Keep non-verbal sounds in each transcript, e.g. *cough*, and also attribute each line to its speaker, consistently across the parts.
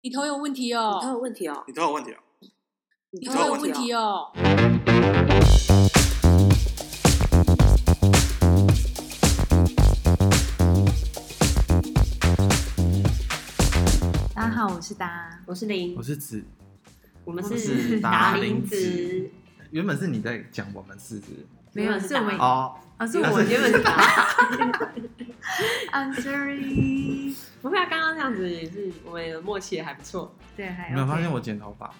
Speaker 1: 你头有问题哦
Speaker 2: 你！头有问题哦，
Speaker 3: 你都有问题啊？
Speaker 2: 你
Speaker 1: 你
Speaker 3: 头
Speaker 1: 头有
Speaker 3: 有
Speaker 1: 问
Speaker 3: 问
Speaker 1: 题
Speaker 2: 哦。
Speaker 1: 哦！
Speaker 4: 大家好，我是达。
Speaker 2: 我是林
Speaker 5: 我，是子，
Speaker 2: 我们
Speaker 4: 我
Speaker 5: 是
Speaker 2: 达
Speaker 5: 达
Speaker 2: 林
Speaker 5: 林
Speaker 2: 子
Speaker 5: 子，原本是你在讲我们是不是？
Speaker 4: 没有是我
Speaker 2: 哎
Speaker 4: 们
Speaker 5: 哦，
Speaker 4: 啊，是
Speaker 5: 我
Speaker 4: 我
Speaker 5: 原
Speaker 4: 本
Speaker 2: 是达。 *laughs*
Speaker 4: I'm sorry。
Speaker 2: 不会啊，刚刚这样子也是我们的默契还不错。
Speaker 4: 对，还
Speaker 5: 你没有发现我剪头发？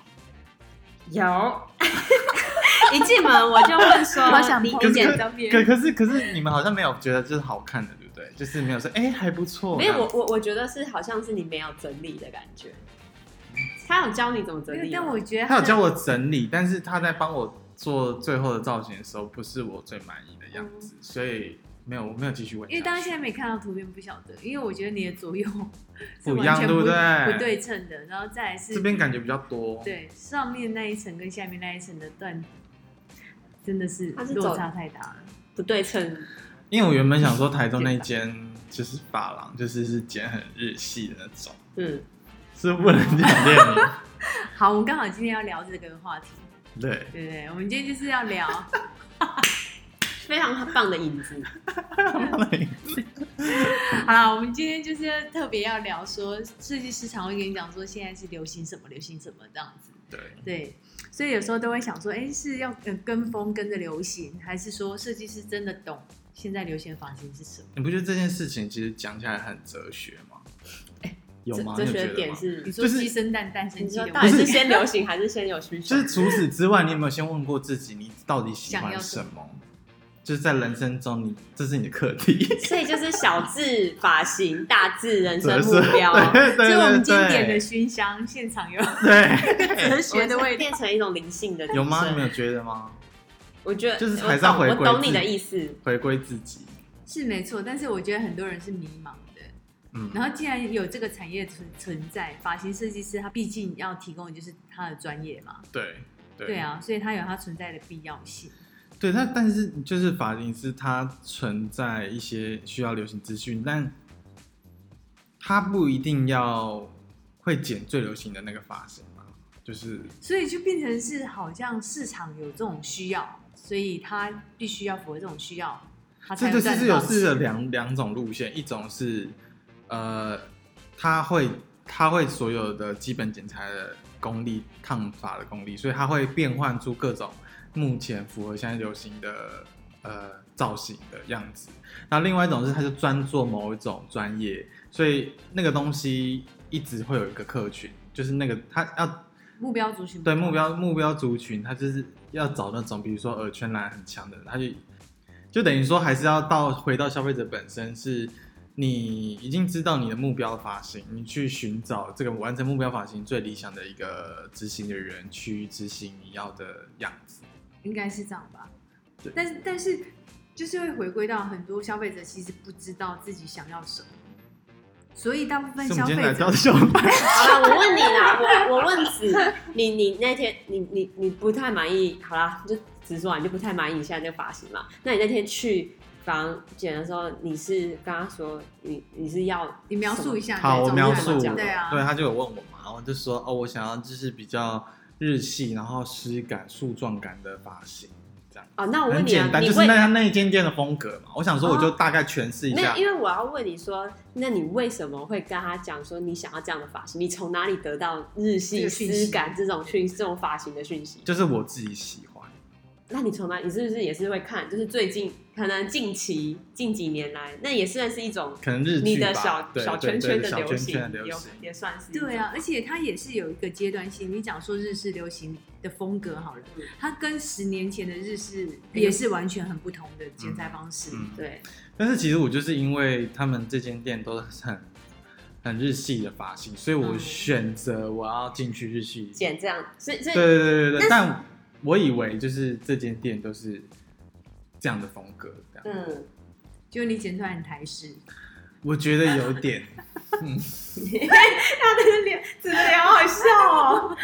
Speaker 2: 有， *laughs* 一进门我就问说，
Speaker 4: 好想
Speaker 2: 你
Speaker 4: 碰
Speaker 2: 你
Speaker 5: 可
Speaker 2: 剪
Speaker 5: 是
Speaker 2: 照片
Speaker 5: 可可是可是你们好像没有觉得就是好看的，对不对？就是没有说哎、还不错。
Speaker 2: 没有，我我我觉得是好像是你没有整理的感觉。他有教你哦怎么整
Speaker 4: 没有
Speaker 2: 理吗，
Speaker 4: 但我觉得
Speaker 5: 他有教我整理，但是他在帮我做最后的造型的时候，不是我最满意的样子，所以没有我没有继续问下去。
Speaker 4: 因为大家现在没看到图片，不晓得，因为我觉得你的左右是
Speaker 5: 不一
Speaker 4: 完
Speaker 5: 样
Speaker 4: 全
Speaker 5: 对
Speaker 4: 不
Speaker 5: 不对
Speaker 4: 不对称的，然后再来是
Speaker 5: 这边感觉比较多，，
Speaker 4: 对上面那一层跟下面那一层的段，真的是
Speaker 2: 它是走
Speaker 4: 落差太大了。
Speaker 2: 不对称，
Speaker 5: 因为我原本想说台中那间就是发廊，就是是剪很日系的那种，
Speaker 2: 嗯，
Speaker 5: 是不能讲电影。
Speaker 4: 好，我们刚好今天要聊这个话题，
Speaker 5: *laughs* 对，
Speaker 4: 对不对？我们今天就是要
Speaker 2: *laughs*
Speaker 4: 聊
Speaker 2: 非常棒的影子。
Speaker 4: 好啦，我们今天就是特别要聊说，设计师常会跟你讲说，现在是流行什么，流行什么这样子。
Speaker 5: 对，
Speaker 4: 对，所以有时候都会想说，哎，是要呃跟风跟着流行，还是说设计师真的懂现在流行的发型是什么？
Speaker 5: 你不觉得这件事情其实讲起来很哲学吗？有吗？
Speaker 2: 哲
Speaker 5: 你有
Speaker 2: 学
Speaker 5: 觉
Speaker 2: 的
Speaker 5: 得
Speaker 2: 点
Speaker 5: 吗
Speaker 2: 是
Speaker 4: 你，说
Speaker 5: 就是
Speaker 4: 鸡生蛋，蛋生
Speaker 2: 你
Speaker 4: 鸡
Speaker 2: 说
Speaker 4: 的
Speaker 2: 到
Speaker 4: 问
Speaker 2: 底
Speaker 4: 题，
Speaker 2: 是先流行还是先有需求？
Speaker 5: 就是除此之外，你有没有先问过自己，你到底喜欢什么？就是在人生中你，这是你的课
Speaker 2: *laughs*
Speaker 5: 题。
Speaker 2: 所以就是小智发型，大智人生
Speaker 5: 哲
Speaker 2: 目
Speaker 5: 学，
Speaker 2: 标。
Speaker 5: *laughs* 对
Speaker 4: 这
Speaker 5: 对对，
Speaker 4: 是我们经典的
Speaker 5: 对
Speaker 4: 熏香，现场有
Speaker 5: 对
Speaker 4: 哲学的味道。
Speaker 2: 变成一种灵性的提升
Speaker 5: 有吗？你们有觉得吗？
Speaker 2: 我觉得
Speaker 5: 就是
Speaker 2: 我懂
Speaker 5: 还是要回
Speaker 2: 我
Speaker 5: 归
Speaker 2: 懂
Speaker 5: 自
Speaker 2: 你的
Speaker 5: 己
Speaker 2: 意思，
Speaker 5: 回归自己，
Speaker 4: 是没错，但是我觉得很多人是迷茫的。
Speaker 5: 嗯，
Speaker 4: 然后既然有这个产业存存在，发型设计师他毕竟要提供的就是他的专业嘛，
Speaker 5: 对对
Speaker 4: 对啊，所以它有它存在的必要性。
Speaker 5: 对，但但是就是发型师它存在一些需要流行资讯，但它不一定要会剪最流行的那个发型嘛，就是
Speaker 4: 所以就变成是好像市场有这种需要，所以它必须要符合这种需要，它才
Speaker 5: 这
Speaker 4: 能
Speaker 5: 就
Speaker 4: 赚得
Speaker 5: 是是
Speaker 4: 到
Speaker 5: 有
Speaker 4: 钱
Speaker 5: 是有两两种路线，一种是呃，他会他会所有的基本剪裁的功力、烫发的功力，所以他会变换出各种目前符合现在流行的呃造型的样子。然后另外一种是他就专做某一种专业，所以那个东西一直会有一个客群，就是那个他要
Speaker 4: 目标族群不
Speaker 5: 对
Speaker 4: 同
Speaker 5: 目标目标族群，他就是要找那种比如说耳圈蓝很强的人，他就就等于说还是要到回到消费者本身是。你已经知道你的目标发型，你去寻找这个完成目标发型最理想的一个执行的人去执行你要的样子。
Speaker 4: 应该是这样吧
Speaker 5: 对。
Speaker 4: 但是但是就是会回归到很多消费者其实不知道自己想要什么，所以大部分
Speaker 5: 是我
Speaker 4: 消
Speaker 5: 们今
Speaker 4: 费
Speaker 5: 天来
Speaker 4: 者
Speaker 5: 到小白，
Speaker 4: *laughs*
Speaker 2: 好了，我问你啦， *laughs* 我我问子，你你那天你你你不太满意，好啦，就直说啊，你就不太满意你现在这个发型嘛？那你那天去房剪的时候，你是跟他说你你是要
Speaker 4: 你描述一下，
Speaker 5: 好，我
Speaker 4: 对
Speaker 5: 描
Speaker 4: 怎
Speaker 5: 述
Speaker 4: 么
Speaker 5: 我，
Speaker 4: 讲
Speaker 2: 讲
Speaker 4: 对啊，
Speaker 5: 对，他就有问我嘛，然后我就说哦，我想要就是比较日系，然后湿感、树状感的发型，这样。
Speaker 2: 啊、那我
Speaker 5: 很
Speaker 2: 问你
Speaker 5: 简
Speaker 2: 啊，
Speaker 5: 单，
Speaker 2: 你
Speaker 5: 就是
Speaker 2: 为
Speaker 5: 那那一间店的风格嘛。我想说，我就
Speaker 2: 哦
Speaker 5: 大概诠释一
Speaker 2: 没
Speaker 5: 下
Speaker 2: 有，。因为我要问你说，那你为什么会跟他讲说你想要这样的发型？你从哪里得到日
Speaker 4: 这
Speaker 2: 系
Speaker 4: 个讯息
Speaker 2: 丝感这种讯这种发型的讯息？
Speaker 5: 就是我自己喜欢，
Speaker 2: 那你从哪？你是不是也是会看？就是最近可能近期近几年来，那也算是一种
Speaker 5: 可能日
Speaker 2: 你
Speaker 5: 剧
Speaker 2: 的
Speaker 5: 吧
Speaker 2: 小，
Speaker 5: 对
Speaker 2: 小
Speaker 5: 对
Speaker 2: 圈
Speaker 5: 对，
Speaker 2: 的
Speaker 5: 小
Speaker 2: 流
Speaker 5: 圈
Speaker 2: 行，
Speaker 5: 圈的流
Speaker 2: 有
Speaker 5: 行。
Speaker 2: 也算是一
Speaker 4: 对啊
Speaker 2: 种，
Speaker 4: 而且它也是有一个阶段性。你讲说日式流行的风格好了
Speaker 2: 嗯，
Speaker 4: 它跟十年前的日式也是完全很不同的剪裁方式。
Speaker 5: 哎嗯，
Speaker 2: 对，
Speaker 5: 但是其实我就是因为他们这间店都是很很日系的发型，所以我
Speaker 2: 嗯
Speaker 5: 选择我要进去日系。对
Speaker 2: 剪这样，所以所以
Speaker 5: 对对对
Speaker 2: 但是
Speaker 5: 对，但我以为就是这间店都是这样的风格，这样。
Speaker 2: 嗯，
Speaker 4: 就你剪出来很台式，
Speaker 5: 我觉得有点，
Speaker 2: *laughs* *laughs* 他的脸真的好好笑 *laughs* 哦。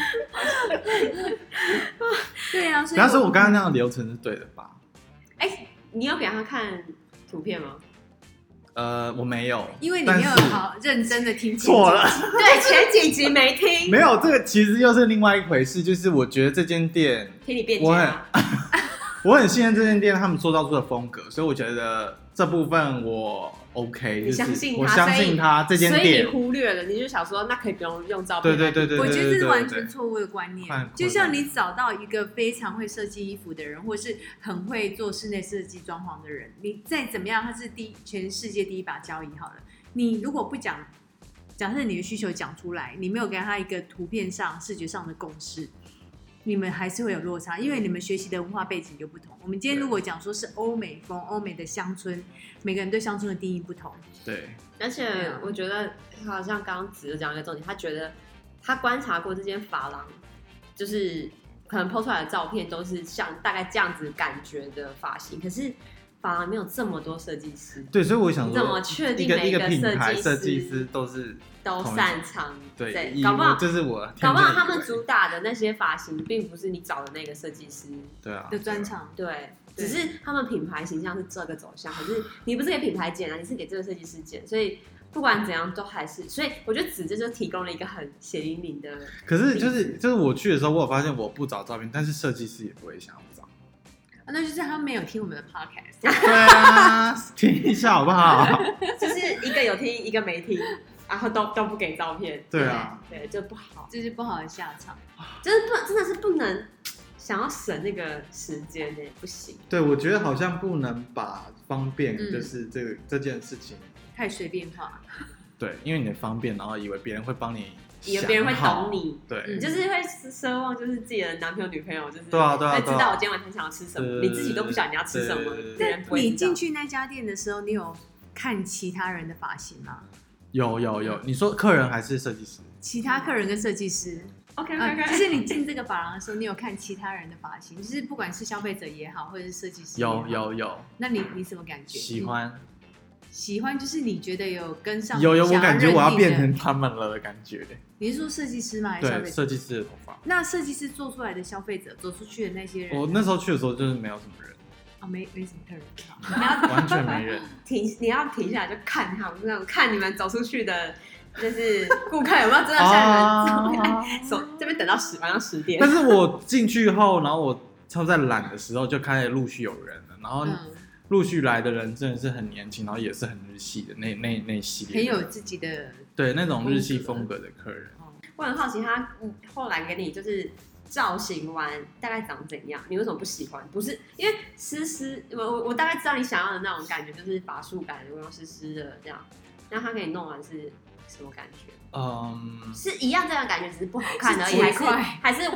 Speaker 4: 对啊，
Speaker 5: 不
Speaker 4: 所以
Speaker 5: 要说我刚刚那样的流程是对的吧？
Speaker 2: 哎，你有给他看图片吗？
Speaker 5: 呃，我没有，
Speaker 4: 因为你
Speaker 5: 但
Speaker 4: 没有
Speaker 5: 是
Speaker 4: 好认真的听。
Speaker 5: 错了，
Speaker 2: 对，前几集没听，
Speaker 5: 没有这个其实又是另外一回事，就是我觉得这间店
Speaker 2: 听你辩解
Speaker 5: 我
Speaker 2: 啊。
Speaker 5: 很我很信任这间店他们塑造出的风格，所以我觉得这部分我 OK，
Speaker 2: 你
Speaker 5: 就是
Speaker 2: 相信
Speaker 5: 我
Speaker 2: 他
Speaker 5: 相
Speaker 2: 所以
Speaker 5: 信他这间
Speaker 2: 所以你
Speaker 5: 店，
Speaker 2: 忽略了，你就想说那可以不用用照
Speaker 5: 对
Speaker 2: 片。
Speaker 5: 对对对对
Speaker 4: 我觉得这
Speaker 5: 对
Speaker 4: 是
Speaker 5: 对
Speaker 4: 完
Speaker 5: 对
Speaker 4: 全错误的观念
Speaker 5: 换。
Speaker 4: 就像你找到一个非常会设计衣服的人，或是很会做室内设计装潢的人，你再怎么样，他是第一全世界第一把交椅好了。你如果不讲，假设你的需求讲出来，你没有给他一个图片上、视觉上的共识，你们还是会有落差，因为你们学习的文化背景就不同。我们今天
Speaker 5: 对
Speaker 4: 如果讲说是欧美风、欧美的乡村，每个人对乡村的定义不同，
Speaker 5: 对
Speaker 2: 而且我觉得，好像刚刚子就讲一个重点，他觉得他观察过这间发廊，就是可能 PO 出来的照片都是像大概这样子感觉的发型，可是发廊没有这么多设计师，
Speaker 5: 对，所以我想
Speaker 2: 你怎么
Speaker 5: 说，
Speaker 2: 确
Speaker 5: 呃一
Speaker 2: 定
Speaker 5: 个
Speaker 2: 每
Speaker 5: 一个品牌设
Speaker 2: 设
Speaker 5: 计
Speaker 2: 师
Speaker 5: 师都是
Speaker 2: 都
Speaker 5: 同一
Speaker 2: 擅长？
Speaker 5: 对，以
Speaker 2: 搞不好
Speaker 5: 我这是我天真
Speaker 2: 搞不好
Speaker 5: 的
Speaker 2: 他
Speaker 5: 以
Speaker 2: 们
Speaker 5: 为
Speaker 2: 主打的那些发型，并不是你找的那个设计师，
Speaker 5: 对啊
Speaker 4: 的专，长
Speaker 2: 对，
Speaker 4: 对
Speaker 2: 只是他们品牌形象是这个走向，可是你不是给品牌剪啊，你是给这个设计师剪，所以不管怎样都还是，所以我觉得子这就提供了一个很血淋淋的，
Speaker 5: 可是就是就是我去的时候，我有发现我不找照片，但是设计师也不会想要找。
Speaker 4: 啊那就是他没有听我们的 podcast。
Speaker 5: *laughs* 对啊，听一下好不好？
Speaker 2: 就是一个有听一个没听，然后都都不给照片，
Speaker 5: 对啊，
Speaker 2: 对，这不好，
Speaker 4: 这是不好的下场。
Speaker 2: 就是不真的是不能想要省那个时间呢、不行。
Speaker 5: 对，我觉得好像不能把方便
Speaker 4: 嗯
Speaker 5: 就是这个、这件事情，
Speaker 4: 太随便化，
Speaker 5: 对，因为你的方便，然后以为别人会帮你，
Speaker 2: 以为别人会懂，你，
Speaker 5: 对
Speaker 4: 嗯
Speaker 2: 你就是会奢望，就是自己的男朋友、女朋友，就是
Speaker 5: 对啊对啊
Speaker 2: 会
Speaker 5: 对啊
Speaker 2: 知道我今天晚上想要吃什么，
Speaker 5: 对
Speaker 2: 你自己都不晓得你要吃什么
Speaker 5: 对对，对
Speaker 2: 别人
Speaker 4: 但
Speaker 2: 不会知道
Speaker 4: 你进去那家店的时候，你有看其他人的发型吗？
Speaker 5: 有有有，你说客人还是设计师？
Speaker 4: 其他客人跟设计师，
Speaker 2: ，OK
Speaker 4: 啊
Speaker 2: OK，OK，
Speaker 4: 就是你进这个发廊的时候，你有看其他人的发型，就是不管是消费者也好，或者是设计师也好
Speaker 5: 有，有有，
Speaker 4: 那你你什么感觉？
Speaker 5: 喜欢，
Speaker 4: 你喜欢就是你觉得有跟上，
Speaker 5: 有有，
Speaker 4: 想
Speaker 5: 我感觉我要
Speaker 4: 认定
Speaker 5: 变
Speaker 4: 的
Speaker 5: 成他们了的感觉。
Speaker 4: 你是说设计师吗？还是消
Speaker 5: 对，
Speaker 4: 费者？
Speaker 5: 设计师的头发，
Speaker 4: 那设计师做出来的消费者走出去的那些人，
Speaker 5: 我
Speaker 4: 啊、
Speaker 5: 哦那时候去的时候就是没有什么
Speaker 4: *laughs*
Speaker 5: 人，
Speaker 4: 没没什么客人，好
Speaker 5: 完全没
Speaker 4: *laughs*
Speaker 5: 人。
Speaker 2: 停，你要停下来就看他们，这样看你们走出去的，就是顾客有没有真的像你们
Speaker 5: 啊
Speaker 2: 走，这边等到十晚上十点
Speaker 5: 但，是我进去后，然后我差不多在懒的时候就开始陆续有人了，然后
Speaker 4: 嗯，
Speaker 5: 陆续来的人真的是很年轻，然后也是很日系的那那那系列
Speaker 4: 很
Speaker 5: 的，
Speaker 4: 有自己的哦
Speaker 5: 对那种日系风格的客人。
Speaker 2: 我很好奇他嗯后来给你就是。造型完大概长怎样？你为什么不喜欢？不是因为湿湿，我我我大概知道你想要的那种感觉，就是法术感，我要湿湿的这样。那他给你弄完是什么感觉？
Speaker 5: 嗯，
Speaker 2: 是一样这样的感觉，只是不好看而已，
Speaker 4: 是
Speaker 2: 还
Speaker 4: 结
Speaker 2: 是
Speaker 4: 块
Speaker 2: 还 *laughs* 是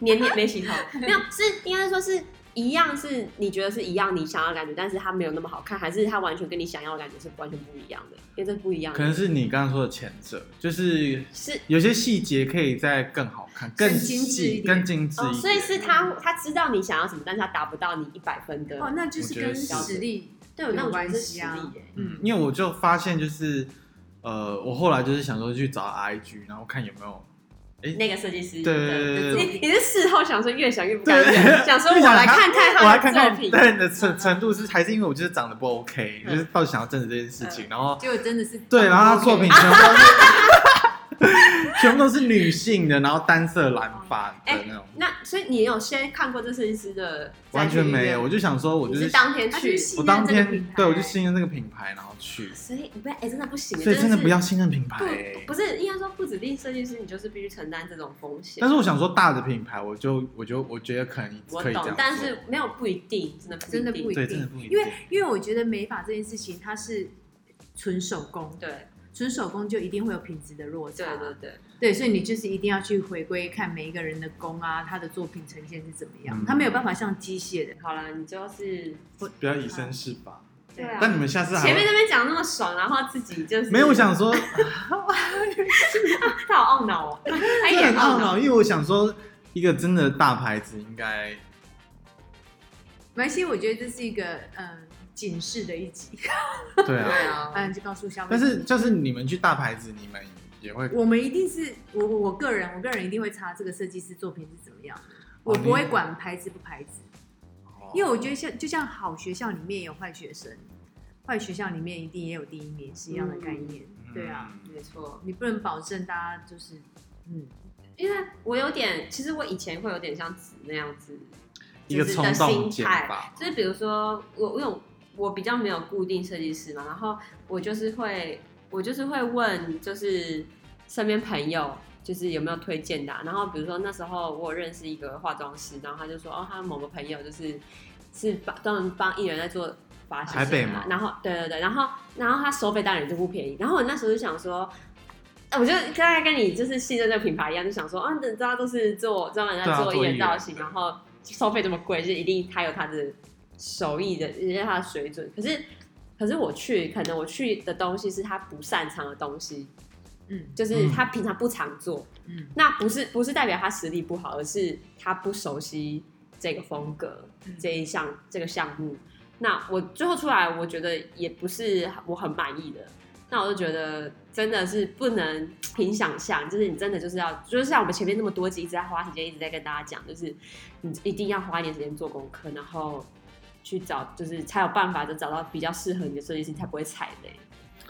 Speaker 2: 年年没洗头， *laughs* 没有是应该说是一样，是你觉得是一样你想要的感觉，但是它没有那么好看，还是它完全跟你想要的感觉是完全不一样的，因为这不一样的，
Speaker 5: 可能是你刚刚说的前者，就是
Speaker 2: 是
Speaker 5: 有些细节可以再更好看、更
Speaker 4: 精致一
Speaker 5: 细、
Speaker 4: 点
Speaker 5: 更精致一
Speaker 2: 哦，
Speaker 5: 点。
Speaker 2: 所以是他他知道你想要什么，但是他达不到你一百分的，
Speaker 4: 哦，那就
Speaker 5: 我
Speaker 4: 是
Speaker 5: 觉得
Speaker 4: 跟
Speaker 5: 是
Speaker 4: 实力
Speaker 2: 对，我那我觉得
Speaker 4: 有
Speaker 2: 是
Speaker 4: 关
Speaker 2: 实
Speaker 4: 系
Speaker 2: 力
Speaker 4: 啊
Speaker 2: 耶
Speaker 5: 嗯，因为我就发现就是，呃，我后来就是想说去找 IG，然后看有没有
Speaker 2: 那个设计师，
Speaker 5: 对
Speaker 4: 的
Speaker 5: 对
Speaker 4: 作
Speaker 2: 你
Speaker 4: 品
Speaker 2: 你是事后想说越想越不甘
Speaker 5: 对
Speaker 2: 愿， *laughs* 想说我
Speaker 5: 就想
Speaker 2: 来
Speaker 5: 他
Speaker 2: 看看
Speaker 5: 我
Speaker 2: 他
Speaker 5: 来看
Speaker 2: 的
Speaker 5: 看
Speaker 2: 作品，
Speaker 5: 对你的程程度是还是因为我就是长得不 OK，、
Speaker 2: 嗯
Speaker 5: 就是到底想要证实这件事情，然后
Speaker 4: 就真的是
Speaker 2: 哦
Speaker 5: 对，然后他作品
Speaker 4: 啊
Speaker 5: 全部都是全部都是 *laughs* 女性的，然后单色染发的那种，
Speaker 2: 哎那所以你有先看过这设计师的？
Speaker 5: 完全没有。我。就想说，我就
Speaker 2: 你
Speaker 5: 是
Speaker 2: 是当天
Speaker 4: 他去
Speaker 2: 去的，
Speaker 5: 我
Speaker 4: 信
Speaker 5: 当
Speaker 4: 任这个
Speaker 5: 天
Speaker 4: 品牌，
Speaker 5: 对我就信任这个品牌，然后去，
Speaker 2: 所以不要，哎、真的不行，
Speaker 5: 所以真的
Speaker 2: 是
Speaker 5: 不要信任品牌、
Speaker 2: 不不是应该说不指定设计师，你就是必须承担这种风险。
Speaker 5: 但是我想说，大的品牌，我就我就我觉得可能
Speaker 2: 我
Speaker 5: 可以这样
Speaker 2: 懂
Speaker 5: 做，
Speaker 2: 但是没有不一定，真的不一定
Speaker 4: 真的不一
Speaker 5: 对，
Speaker 4: 定，
Speaker 5: 真的不一定，
Speaker 4: 因为因为我觉得美发这件事情它是纯手工，
Speaker 2: 对
Speaker 4: 纯手工就一定会有品质的落差，
Speaker 2: 对对对，
Speaker 4: 对所以你就是一定要去回归看每一个人的工啊，他的作品呈现是怎么样，
Speaker 5: 嗯
Speaker 4: 他没有办法像机械的，
Speaker 2: 好了，你就是
Speaker 5: 不要以身试法。
Speaker 2: 对啊
Speaker 5: 但你们下次还
Speaker 2: 前面哎那边讲那么爽，然后自己就是
Speaker 5: 没有，我想说，
Speaker 2: 他好懊恼
Speaker 5: *laughs*
Speaker 2: 哦，他一
Speaker 5: 这
Speaker 2: 点
Speaker 5: 很
Speaker 2: 懊
Speaker 5: 懊
Speaker 2: 恼。
Speaker 5: 恼，因为我想说，一个真的大牌子应该
Speaker 4: 没关系，我觉得这是一个嗯警示的一集，
Speaker 2: 嗯
Speaker 5: 对
Speaker 2: 对 *laughs*
Speaker 5: 啊，
Speaker 2: 啊，
Speaker 4: 嗯，就告诉消费
Speaker 5: 但
Speaker 4: 者，
Speaker 5: 是就是你们去大牌子，你们也会
Speaker 4: 我们一定是我我我个人，我个人一定会查这个设计师作品是怎么样的，我
Speaker 5: 哦你
Speaker 4: 不会管
Speaker 5: 哦
Speaker 4: 牌子不牌子。因为我觉得像就像好学校里面有坏学生，坏学校里面一定也有第一名，是一样的概念。
Speaker 5: 嗯
Speaker 4: 对啊，
Speaker 2: 没错。
Speaker 4: 你不能保证大家就是嗯，
Speaker 2: 因为我有点，其实我以前会有点像子那样子，
Speaker 5: 一个
Speaker 2: 就是
Speaker 5: 冲
Speaker 2: 的
Speaker 5: 动
Speaker 2: 心
Speaker 5: 减
Speaker 2: 态，
Speaker 5: 法，
Speaker 2: 就是比如说我我有我比较没有固定设计师嘛，然后我就是会我就是会问，就是身边朋友。就是有没有推荐的啊、然后比如说那时候我有认识一个化妆师，然后他就说哦，他某个朋友就是是帮专门帮艺人在做发型、啊，
Speaker 5: 台北嘛
Speaker 2: 然后对对对，然后然后他收费当然就不便宜，然后我那时候就想说，哎，我就大概跟你就是信任这个品牌一样，就想说，啊，等大家都是做专门
Speaker 5: 对
Speaker 2: 在
Speaker 5: 啊
Speaker 2: 做
Speaker 5: 做
Speaker 2: 艺
Speaker 5: 艺
Speaker 2: 人
Speaker 5: 人
Speaker 2: 造型，然后收费这么贵，就是一定他有他的手艺的，人家他的水准。可是，可是我去，可能我去的东西是他不擅长的东西，
Speaker 4: 嗯
Speaker 2: 就是他平常不常做。
Speaker 4: 嗯
Speaker 2: 那不是不是代表他实力不好，而是他不熟悉这个风格、
Speaker 4: 嗯
Speaker 2: 这一项这个项目。那我最后出来，我觉得也不是我很满意的。那我就觉得真的是不能凭想象，就是你真的就是要，就是像我们前面那么多集一直在花时间，一直在跟大家讲，就是你一定要花一点时间做功课，然后去找，就是才有办法就找到比较适合你的设计师，你才不会踩雷。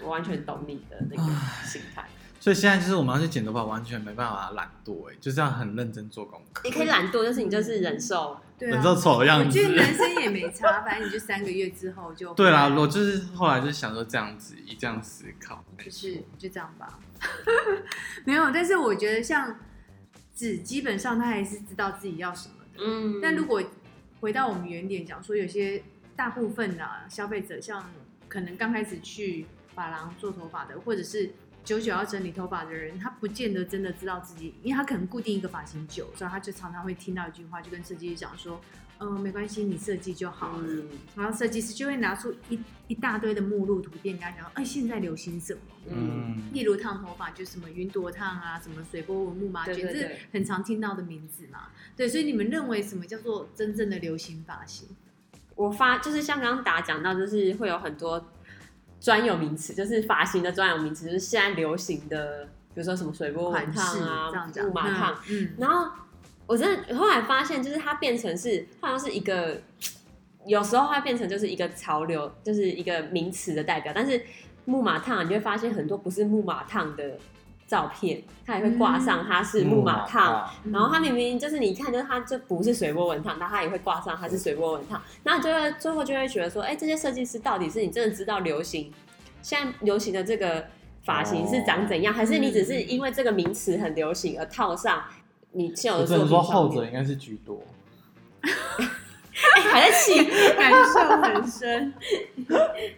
Speaker 2: 我完全懂你的那个心态。
Speaker 5: 所以现在就是我们要去剪头发，完全没办法懒惰、欸，就这样很认真做功课。
Speaker 2: 你可以懒惰，但是你就是忍受
Speaker 4: 对
Speaker 5: 忍
Speaker 4: 啊。
Speaker 5: 受丑的样
Speaker 4: 我
Speaker 5: 子
Speaker 4: 觉。得男生也没差，反正你就三个月之后就
Speaker 5: 对啦，我就是后来就想说这样子，一这样思考，
Speaker 4: 就是就这样吧。 *laughs* 没有，但是我觉得像子，基本上他还是知道自己要什么的。
Speaker 2: 嗯，
Speaker 4: 但如
Speaker 2: 果
Speaker 4: 果回到我们原点讲说，有些大部分啊消费者，像可能刚开始去发廊做头发的，或者是久久要整理头发的人，他不见得真的知道自己，因为他可能固定一个发型久，所以他就常常会听到一句话，就跟设计师讲说：“嗯、没关系，你设计就好了。
Speaker 2: 嗯
Speaker 4: 然后设计师就会拿出一一大堆的目录图片，跟他讲：“哎，现在流行什么？”
Speaker 2: 嗯，
Speaker 5: 嗯，
Speaker 4: 例如烫头发，就什么云朵烫啊，什么水波纹木马卷，
Speaker 2: 对对
Speaker 4: 这
Speaker 2: 对
Speaker 4: 是很常听到的名字嘛。对，所以你们认为什么叫做真正的流行发型？
Speaker 2: 我发就是像刚刚达讲到，就是会有很多专有名词，就是发型的专有名词，就是现在流行的，比如说什么水波
Speaker 4: 款
Speaker 2: 纹
Speaker 4: 式
Speaker 2: 烫
Speaker 4: 这
Speaker 2: 啊
Speaker 4: 样、讲，
Speaker 2: 木马烫，
Speaker 4: 嗯，嗯，
Speaker 2: 然后我真的后来发现，就是它变成是好像是一个，有时候它变成就是一个潮流，就是一个名词的代表。但是木马烫，你就会发现很多不是木马烫的照片，它也会挂上它是木马烫。
Speaker 4: 嗯
Speaker 2: 然后它明明就是你看，就是它就不是水波纹烫，但它也会挂上它是水波纹烫，那就会最后就会觉得说，哎，这些设计师到底是你真的知道流行现在流行的这个发型是长怎
Speaker 4: 哦
Speaker 2: 样，还是你只
Speaker 4: 嗯
Speaker 2: 是因为这个名词很流行而套上你现有
Speaker 5: 我
Speaker 2: 的
Speaker 5: 只
Speaker 2: 作
Speaker 5: 能
Speaker 2: 品
Speaker 5: 说
Speaker 2: 上
Speaker 5: 后
Speaker 2: 面
Speaker 5: 者应该是居多。
Speaker 2: 哎还
Speaker 4: *laughs*
Speaker 2: 在气，
Speaker 4: 感受很深。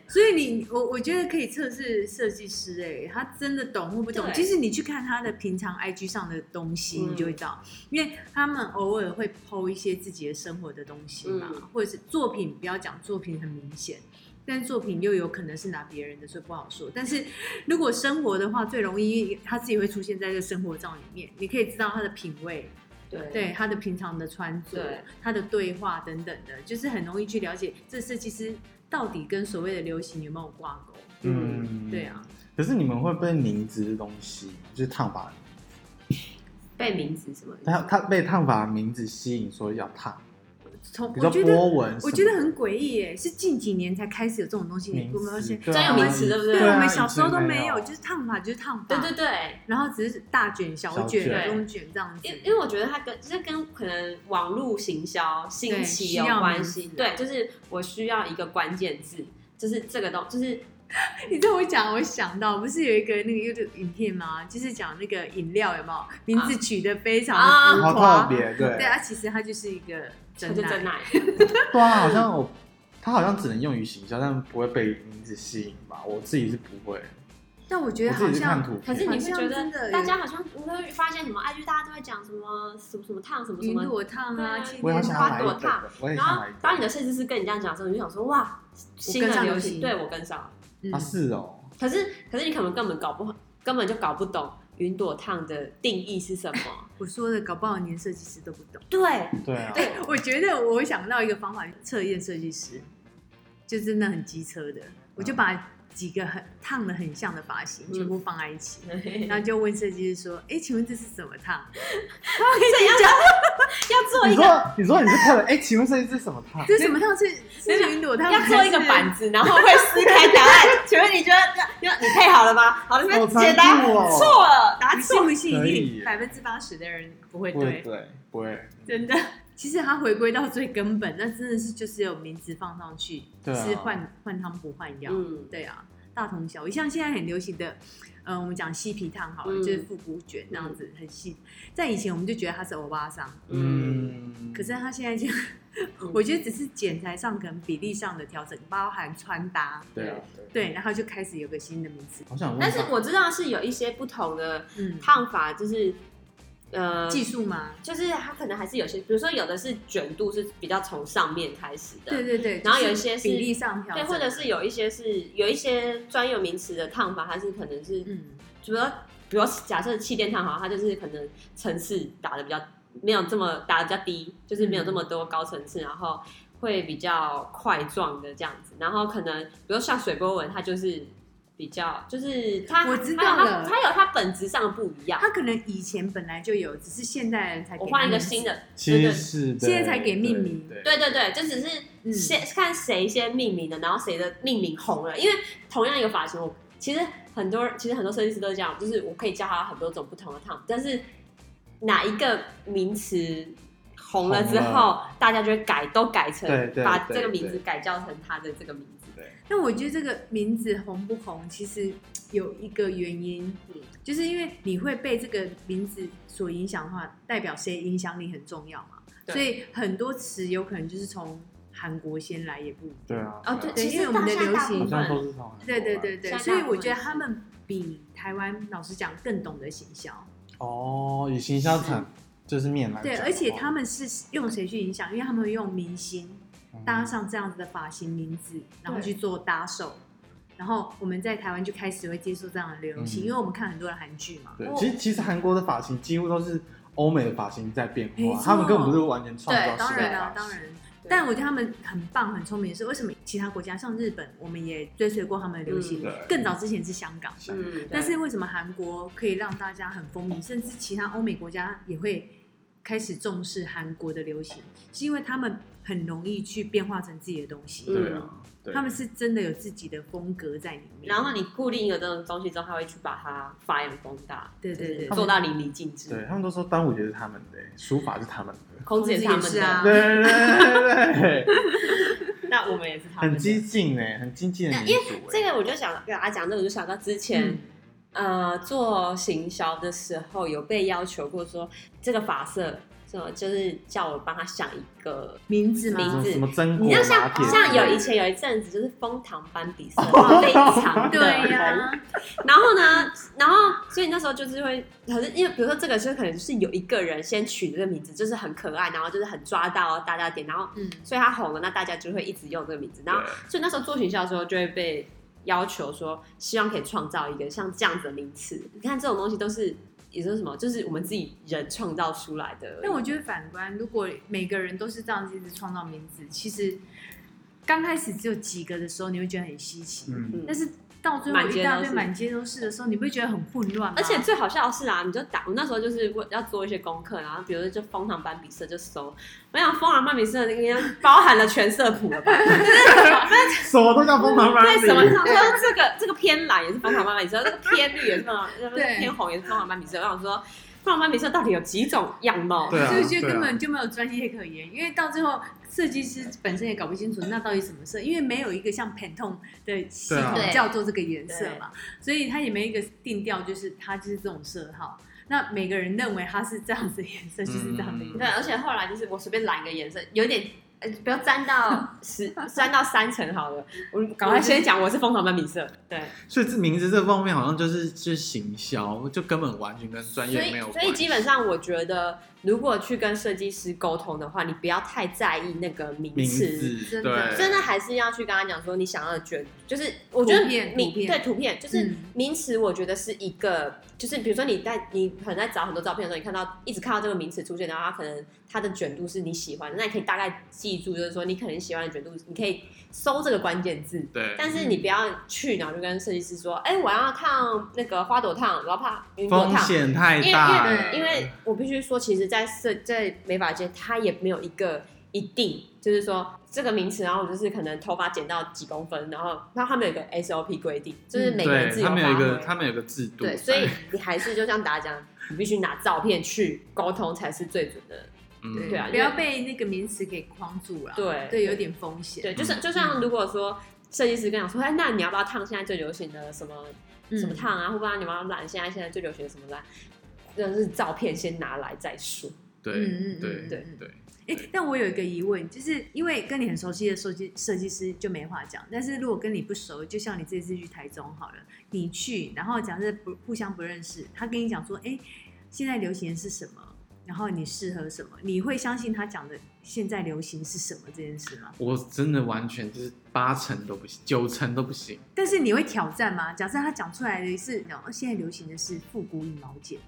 Speaker 4: 所以你，我我觉得可以测试设计师、哎，他真的懂或不懂。
Speaker 2: 对
Speaker 4: 其实你去看他的平常 IG 上的东西，
Speaker 2: 嗯
Speaker 4: 你就会知道，因为他们偶尔会 PO 一些自己的生活的东西嘛，
Speaker 2: 嗯
Speaker 4: 或者是作品，不要讲作品很明显。但作品又有可能是拿别人的，所以不好说。但是如果生活的话，最容易因为他自己会出现在这个生活照里面，你可以知道他的品味，
Speaker 2: 对
Speaker 4: 对他的平常的穿着
Speaker 2: 对、
Speaker 4: 他的对话等等的，就是很容易去了解这设计师到底跟所谓的流行有没有挂钩。
Speaker 5: 嗯，
Speaker 4: 对。啊，
Speaker 5: 可是你们会被凝脂的东西，就是烫发，
Speaker 2: 被名词什么的，
Speaker 5: 他他被烫发的名字吸引，所以要烫，
Speaker 4: 从
Speaker 5: 比较
Speaker 4: 我觉得
Speaker 5: 波纹什么的。
Speaker 4: 我觉得很诡异耶，是近几年才开始有这种东西，你
Speaker 5: 名
Speaker 4: 有没有发
Speaker 5: 词
Speaker 4: 现？
Speaker 5: 对啊
Speaker 2: 专有名词对不对
Speaker 5: 啊
Speaker 4: 我们小时候
Speaker 5: 以
Speaker 4: 都
Speaker 5: 前
Speaker 4: 没
Speaker 5: 没
Speaker 4: 有，就是烫发就是烫
Speaker 2: 对
Speaker 4: 发，
Speaker 2: 对对。
Speaker 4: 然后只是大卷、小
Speaker 5: 小
Speaker 4: 卷、
Speaker 5: 卷
Speaker 4: 中卷这样子
Speaker 2: 因。因为我觉得它跟就是跟可能网络行销兴起有
Speaker 4: 需要
Speaker 2: 关
Speaker 4: 名
Speaker 2: 系，
Speaker 4: 词啊
Speaker 2: 对，就是我需要一个关键字，就是这个东，就是
Speaker 4: *laughs* 你这么讲，我想到不是有一个那个 YouTube 影片吗？就是讲那个饮料有没有名字取得非常
Speaker 2: 啊
Speaker 4: 的浮
Speaker 5: 好
Speaker 4: 夸
Speaker 5: 特，别，对
Speaker 4: 对啊，其实它就是一个
Speaker 2: 它
Speaker 4: 真
Speaker 2: 就真
Speaker 4: 奶。
Speaker 2: 奶，
Speaker 5: 对啊，好像我他好像只能用于行销，但不会被名字吸引吧？我自己是不会，
Speaker 4: 但我觉
Speaker 5: 我
Speaker 4: 得好
Speaker 5: 自己是看
Speaker 4: 像
Speaker 5: 图
Speaker 2: 可
Speaker 5: 片。
Speaker 2: 是你会
Speaker 4: 好
Speaker 2: 觉
Speaker 4: 像真
Speaker 2: 得
Speaker 4: 的
Speaker 2: 大家好像你会发现什么 IG 大家都在讲什么什么什么烫什么什
Speaker 4: 云
Speaker 2: 么，
Speaker 4: 朵烫啊，
Speaker 2: 对
Speaker 4: 气
Speaker 5: 我也
Speaker 4: 垫
Speaker 5: 好
Speaker 2: 是
Speaker 5: 想
Speaker 4: 烫
Speaker 2: 花
Speaker 5: 要买一
Speaker 2: 朵
Speaker 5: 个
Speaker 2: 烫，
Speaker 5: 我也
Speaker 2: 然
Speaker 5: 想
Speaker 2: 后
Speaker 5: 买一个。
Speaker 2: 当你的设计师跟你这样讲的时候，你就想说哇，新
Speaker 4: 跟
Speaker 2: 的
Speaker 4: 上
Speaker 2: 流
Speaker 4: 流
Speaker 2: 行，
Speaker 4: 行
Speaker 2: 对我跟上了。
Speaker 4: 嗯
Speaker 5: 啊，是哦，
Speaker 2: 可是可是你可能根本搞不好，根本就搞不懂云朵烫的定义是什么。
Speaker 4: 我说的，搞不好连设计师都不懂。
Speaker 2: 对，
Speaker 5: 对啊，
Speaker 4: 对，我觉得
Speaker 5: 嗯
Speaker 4: 我想到一个方法测验设计师，就真的很机车的，我就把几个很烫的很像的发型，
Speaker 2: 嗯
Speaker 4: 全部放在一起，
Speaker 2: 对
Speaker 4: 然后就问设计师说：“哎、请问这是怎么烫？”
Speaker 2: *laughs* 要做 *laughs*
Speaker 5: 你
Speaker 2: 一个
Speaker 5: 说你说你是客人，哎，请问这是什么烫？
Speaker 4: 这是什么烫？是是云朵烫？
Speaker 2: 要做一个
Speaker 4: 还是
Speaker 2: 板子，然后会撕开答案。 *laughs* 请问你觉得这样你配好了吗？好了，
Speaker 5: 好
Speaker 2: 这边解答
Speaker 5: 残酷哦
Speaker 2: 错了，答
Speaker 4: 你
Speaker 2: *laughs*
Speaker 4: 信
Speaker 2: 错。
Speaker 4: 不信？
Speaker 5: 可
Speaker 4: 一
Speaker 5: 以
Speaker 4: 定
Speaker 5: 耶
Speaker 4: 百分之八十的人不会
Speaker 5: 不会
Speaker 4: 对，
Speaker 5: 对，不会，
Speaker 4: 真的。其实它回归到最根本，那真的是就是有名字放上去，
Speaker 5: 对啊
Speaker 4: 是换换汤不换药。
Speaker 2: 嗯，
Speaker 4: 对啊，大同小异。像现在很流行的，嗯、我们讲细皮烫好了，
Speaker 2: 嗯
Speaker 4: 就是复古卷那样子，很细。在以前我们就觉得它是欧巴桑，
Speaker 2: 嗯，
Speaker 5: 嗯，
Speaker 4: 可是它现在就，
Speaker 2: 嗯
Speaker 4: 我觉得只是剪裁上可能比例上的调整，包含穿搭，
Speaker 5: 对啊，对
Speaker 4: 对，然后就开始有个新的名字，
Speaker 5: 好想问一
Speaker 2: 但
Speaker 5: 下，
Speaker 2: 是我知道是有一些不同的
Speaker 4: 嗯，
Speaker 2: 烫法，就是呃，
Speaker 4: 技术嘛，
Speaker 2: 就是它可能还是有些，比如说有的是卷度是比较从上面开始的，
Speaker 4: 对对对，
Speaker 2: 然后有一
Speaker 4: 就是
Speaker 2: 些是
Speaker 4: 比例上调
Speaker 2: 对，
Speaker 4: 整，啊
Speaker 2: 或者是有一些是有一些专有名词的烫法，它是可能是，
Speaker 4: 嗯，
Speaker 2: 比如说比如说假设气垫烫好，它就是可能层次打的比较没有这么打的比较低，就是没有这么多高层次，然后会比较块状的这样子，然后可能比如像水波纹，它就是比较就是它
Speaker 4: 我知道了
Speaker 2: 它它有它本质上的不一样，
Speaker 4: 他可能以前本来就有，只是现代人才给
Speaker 2: 我换一个
Speaker 4: 名字
Speaker 2: 新，的，
Speaker 5: 其实是的
Speaker 4: 现在才给命名
Speaker 2: 对对对，就只是
Speaker 4: 嗯
Speaker 2: 先看谁先命名的，然后谁的命名红了。因为同样一个发型，我其实很多人，其实很多设计师都是这样，就是我可以教他很多种不同的烫，但是哪一个名词红了之
Speaker 5: 红
Speaker 2: 后，大家就会改，都改成
Speaker 5: 对对
Speaker 2: 把
Speaker 5: 对
Speaker 2: 这个名字
Speaker 5: 对
Speaker 2: 改叫成他的这个名字。
Speaker 4: 那我觉得这个名字红不红，其实有一个原因，
Speaker 2: 嗯
Speaker 4: 就是因为你会被这个名字所影响的话，代表谁影响你很重要嘛。
Speaker 2: 对
Speaker 4: 所以很多词有可能就是从韩国先来，也不一定
Speaker 5: 对，啊，
Speaker 2: 哦，对，
Speaker 4: 对
Speaker 2: 其
Speaker 4: 因为
Speaker 2: 实
Speaker 4: 我们的
Speaker 2: 大家
Speaker 4: 流
Speaker 2: 大部
Speaker 4: 行
Speaker 5: 好
Speaker 2: 分
Speaker 5: 像都是从
Speaker 4: 对对对对，
Speaker 2: 像
Speaker 4: 所以
Speaker 2: 啊大
Speaker 4: 我
Speaker 2: 部分
Speaker 4: 觉得
Speaker 2: 是
Speaker 4: 他们比台湾老实讲更懂得行销，
Speaker 5: 哦，以行销层就是面来
Speaker 4: 对，而且他们是用谁去影响？因为他们会用明星，
Speaker 5: 嗯
Speaker 4: 搭上这样子的发型名字，然后去做搭手。然后我们在台湾就开始会接受这样的流行，
Speaker 5: 嗯
Speaker 4: 因为我们看很多的韩剧嘛。
Speaker 5: 对，
Speaker 2: 我
Speaker 5: 其实其实韩国的发型几乎都是欧美的发型在变
Speaker 4: 没
Speaker 5: 化，
Speaker 4: 错
Speaker 5: 他们根本不是完全创
Speaker 2: 对啊
Speaker 5: 造
Speaker 4: 当
Speaker 5: 新
Speaker 4: 然
Speaker 5: 的
Speaker 4: 啦、
Speaker 5: 发
Speaker 4: 当然
Speaker 5: 型。。
Speaker 4: 但我觉得他们很棒、很聪明的是，为什么其他国家像日本，我们也追随过他们的流行？
Speaker 2: 嗯
Speaker 5: 对
Speaker 4: 更早之前是香港，
Speaker 5: 嗯
Speaker 2: 嗯，
Speaker 4: 但是为什么韩国可以让大家很风靡，甚至其他欧美国家也会开始重视韩国的流行？是因为他们很容易去变化成自己的东西，
Speaker 2: 嗯
Speaker 5: 对啊，对
Speaker 4: 他们是真的有自己的风格在里面。
Speaker 2: 然后你固定一个这种东西之后，他会去把它发扬光大，
Speaker 4: 对对
Speaker 2: 就是
Speaker 4: 对
Speaker 2: 做到淋漓尽致。
Speaker 5: 对他们都说端午节是他们的，书法是他们的，
Speaker 2: 孔子也是他
Speaker 4: 孔
Speaker 2: 们
Speaker 4: 子
Speaker 2: 的，
Speaker 4: 也是啊
Speaker 5: 对对对对
Speaker 2: *laughs*
Speaker 5: 对，
Speaker 2: 那我们也是他们
Speaker 5: 很
Speaker 2: 的。
Speaker 5: 激进哎，很激进的欸民族
Speaker 2: 这个我就想跟大家讲，这个我就想到之前
Speaker 4: 嗯、
Speaker 2: 呃做行销的时候，有被要求过说这个发色，什么就是叫我帮他想一个。
Speaker 4: 名字吗？
Speaker 2: 名字
Speaker 5: 什么真
Speaker 2: 你
Speaker 5: 果
Speaker 2: 知道
Speaker 5: 拿
Speaker 2: 像
Speaker 5: 铁，
Speaker 2: 像有以前有一阵子就是枫糖斑比色非
Speaker 4: *laughs*
Speaker 2: 常的
Speaker 4: 对
Speaker 2: 红
Speaker 4: 呀、
Speaker 2: 然后呢，然后所以那时候就是会，可是因为比如说这个就可能是有一个人先取这个名字，就是很可爱，然后就是很抓到大家点，然后
Speaker 4: 嗯，
Speaker 2: 所以他红了，那大家就会一直用这个名字。然后，所以那时候做学校的时候就会被要求说，希望可以创造一个像这样子的名词。你看这种东西都是，也就是什么，就是我们自己人创造出来的。
Speaker 4: 但我觉得反观，如果每个人都是这样子一直创造名字，其实刚开始只有几个的时候，你会觉得很稀奇，
Speaker 5: 嗯，
Speaker 4: 但是到最后
Speaker 2: 满
Speaker 4: 一
Speaker 2: 街
Speaker 4: 大
Speaker 2: 都
Speaker 4: 堆
Speaker 2: 是
Speaker 4: 满街都是的时候，你不会觉得很混乱吗？
Speaker 2: 而且最好笑的是啊，你就打我那时候就是为要做一些功课，然后比如说就蜂糖斑比色就搜，我想蜂糖斑比色应该包含了全色谱了吧？
Speaker 5: 什么都叫风
Speaker 2: *laughs*
Speaker 5: 狂
Speaker 2: 对，什么
Speaker 5: 比， *laughs*
Speaker 2: 上说这个这个偏蓝也是蜂糖斑比色，这个偏绿也是蜂糖，这个
Speaker 4: 对
Speaker 2: 偏红也是蜂糖斑比色。我想说蜂糖斑比色到底有几种样貌？
Speaker 5: 对啊
Speaker 4: 就觉得
Speaker 5: 对啊
Speaker 4: 根本就没有专业可言，因为到最后设计师本身也搞不清楚那到底什么色，因为没有一个像 Pantone 的系统
Speaker 5: 对
Speaker 2: 啊
Speaker 4: 叫做这个颜色嘛，所以它也没一个定调，就是它就是这种色号。那每个人认为它是这样子的颜
Speaker 5: 嗯
Speaker 4: 色，就是这样的颜色。
Speaker 2: 对，而且后来就是我随便染一个颜色，有点呃，不要
Speaker 4: *laughs*
Speaker 2: 沾到十，沾到三层好了。我赶快先讲我是疯狂的米色，对，
Speaker 5: 所以这名字这方面好像就是就是行销，就根本完全跟
Speaker 2: 所
Speaker 5: 专业没
Speaker 2: 以
Speaker 5: 有关
Speaker 2: 所以基本上我觉得，如果去跟设计师沟通的话，你不要太在意那个名
Speaker 5: 名
Speaker 2: 词。
Speaker 5: 字
Speaker 4: 真的
Speaker 5: 对，
Speaker 2: 真的还是要去跟他讲说你想要的卷，就是我觉得
Speaker 4: 图片
Speaker 2: 名
Speaker 4: 图片
Speaker 2: 对图片就是
Speaker 4: 嗯
Speaker 2: 名词，我觉得是一个，就是比如说你在你可能在找很多照片的时候，你看到一直看到这个名词出现，然后它可能它的卷度是你喜欢的，那你可以大概记记住，就是说你可能喜欢的卷度，你可以搜这个关键字，
Speaker 5: 对，
Speaker 2: 但是你不要去，然后就跟设计师说，哎、我要烫那个花朵烫，我要怕云朵
Speaker 5: 风
Speaker 2: 烫。
Speaker 5: 险太
Speaker 2: 因
Speaker 5: 大
Speaker 2: 为
Speaker 5: 了，
Speaker 2: 因为因为我必须说，其实在设在美发界，它也没有一个一定，就是说这个名词，然后我就是可能头发剪到几公分，然后然后他们有一个 SOP 规定，就是每个人自
Speaker 5: 对
Speaker 2: 由
Speaker 5: 他
Speaker 2: 发
Speaker 5: 们有一个
Speaker 2: 挥。
Speaker 5: 他们有一个制度在，
Speaker 2: 嗯对，所以你还是就像大家讲，你必须拿照片去沟通才是最准的。
Speaker 5: 嗯
Speaker 2: 对啊
Speaker 4: 不要被那个名词给框住了，
Speaker 2: 对
Speaker 4: 对，有点风
Speaker 5: 嗯
Speaker 4: 险，
Speaker 2: 对，就是就像如果说设计师跟你讲说，哎，那你要不要烫现在最流行的什么
Speaker 4: 嗯
Speaker 2: 什么烫啊，或不然你要染现在现在最流行的什么染，就是照片先拿来再说。
Speaker 5: 对
Speaker 4: 嗯嗯
Speaker 5: 对
Speaker 4: 嗯
Speaker 5: 对
Speaker 4: 嗯
Speaker 5: 对，
Speaker 4: 哎、但我有一个疑问，就是因为跟你很熟悉的设计设计师就没话讲，但是如果跟你不熟，就像你这次去台中好了，你去，然后假设不互相不认识，他跟你讲说，哎、现在流行的是什么，然后你适合什么，你会相信他讲的现在流行是什么这件事吗？
Speaker 5: 我真的完全就是八成都不行，九成都不行。
Speaker 4: 但是你会挑战吗？假设他讲出来的是，哦，现在流行的是复古羽毛剪，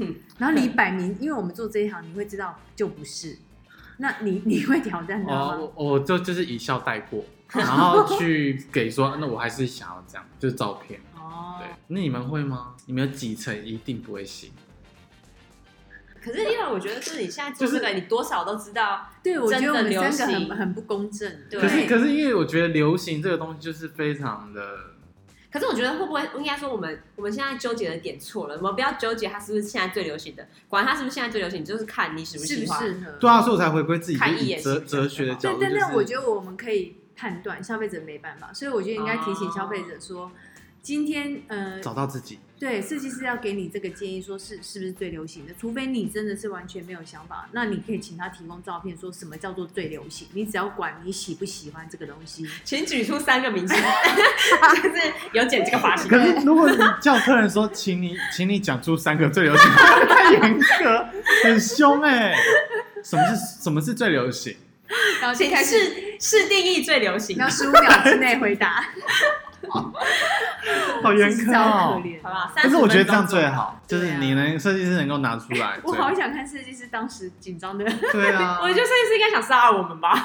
Speaker 2: 嗯
Speaker 4: 然后你摆明，因为我们做这一行，你会知道就不是，那你你会挑战他吗？
Speaker 5: 哦，我我就就是一笑带过，然后去给说，那我还是想要这样，就是照片。
Speaker 4: 哦
Speaker 5: 对，那你们会吗？你们有几成一定不会行？
Speaker 2: 可是因为我觉得是你现在做
Speaker 5: 就是
Speaker 2: 这个，你多少都知道，
Speaker 4: 对，我觉得我们
Speaker 2: 真的
Speaker 4: 三个
Speaker 2: 流行
Speaker 4: 很很不公正。
Speaker 2: 对
Speaker 5: 可是可是因为我觉得流行这个东西就是非常的，
Speaker 2: 可是我觉得会不会应该说我们我们现在纠结的点错了，我们不要纠结它是不是现在最流行的，管它是不是现在最流行，你就是看你喜不
Speaker 4: 适
Speaker 2: 喜
Speaker 4: 不
Speaker 2: 欢。
Speaker 4: 适合？
Speaker 5: 对啊，所以我才回归自己
Speaker 2: 看
Speaker 5: 就
Speaker 2: 一
Speaker 5: 以
Speaker 2: 眼
Speaker 5: 哲
Speaker 2: 是不是
Speaker 5: 哲学的角
Speaker 4: 对，
Speaker 5: 度，
Speaker 4: 但但
Speaker 5: 就
Speaker 4: 我
Speaker 5: 是
Speaker 4: 觉得我们可以判断，消费者没办法，所以我觉得应该提醒消费者
Speaker 5: 哦
Speaker 4: 说，今天呃，
Speaker 5: 找到自己。
Speaker 4: 对设计师要给你这个建议，说是是不是最流行的？除非你真的是完全没有想法，那你可以请他提供照片，说什么叫做最流行？你只要管你喜不喜欢这个东西。
Speaker 2: 请举出三个明星， *laughs* 就是有剪这个发型
Speaker 5: 可。是如果你叫客人说，请你请你讲出三个最流行， *laughs* 太严格，很凶哎、什么是什么是最流行？
Speaker 4: *laughs* 然后就
Speaker 2: 请
Speaker 4: 开始，
Speaker 2: 是是定义最流行
Speaker 4: 你要，十五秒之内回答，
Speaker 5: *laughs* 好
Speaker 4: *laughs*
Speaker 5: 严
Speaker 4: 真是
Speaker 5: 格
Speaker 4: 超可
Speaker 5: 哦、
Speaker 4: 怜。
Speaker 2: 好吧？
Speaker 5: 但是我觉得这样
Speaker 2: 30分钟左右
Speaker 5: 最好，就是你能设计师能够拿出来。
Speaker 4: *laughs* 我好想看设计师当时紧张的 *laughs*
Speaker 5: 对啊，
Speaker 2: *laughs* 我觉得设计师应该想杀了我们吧？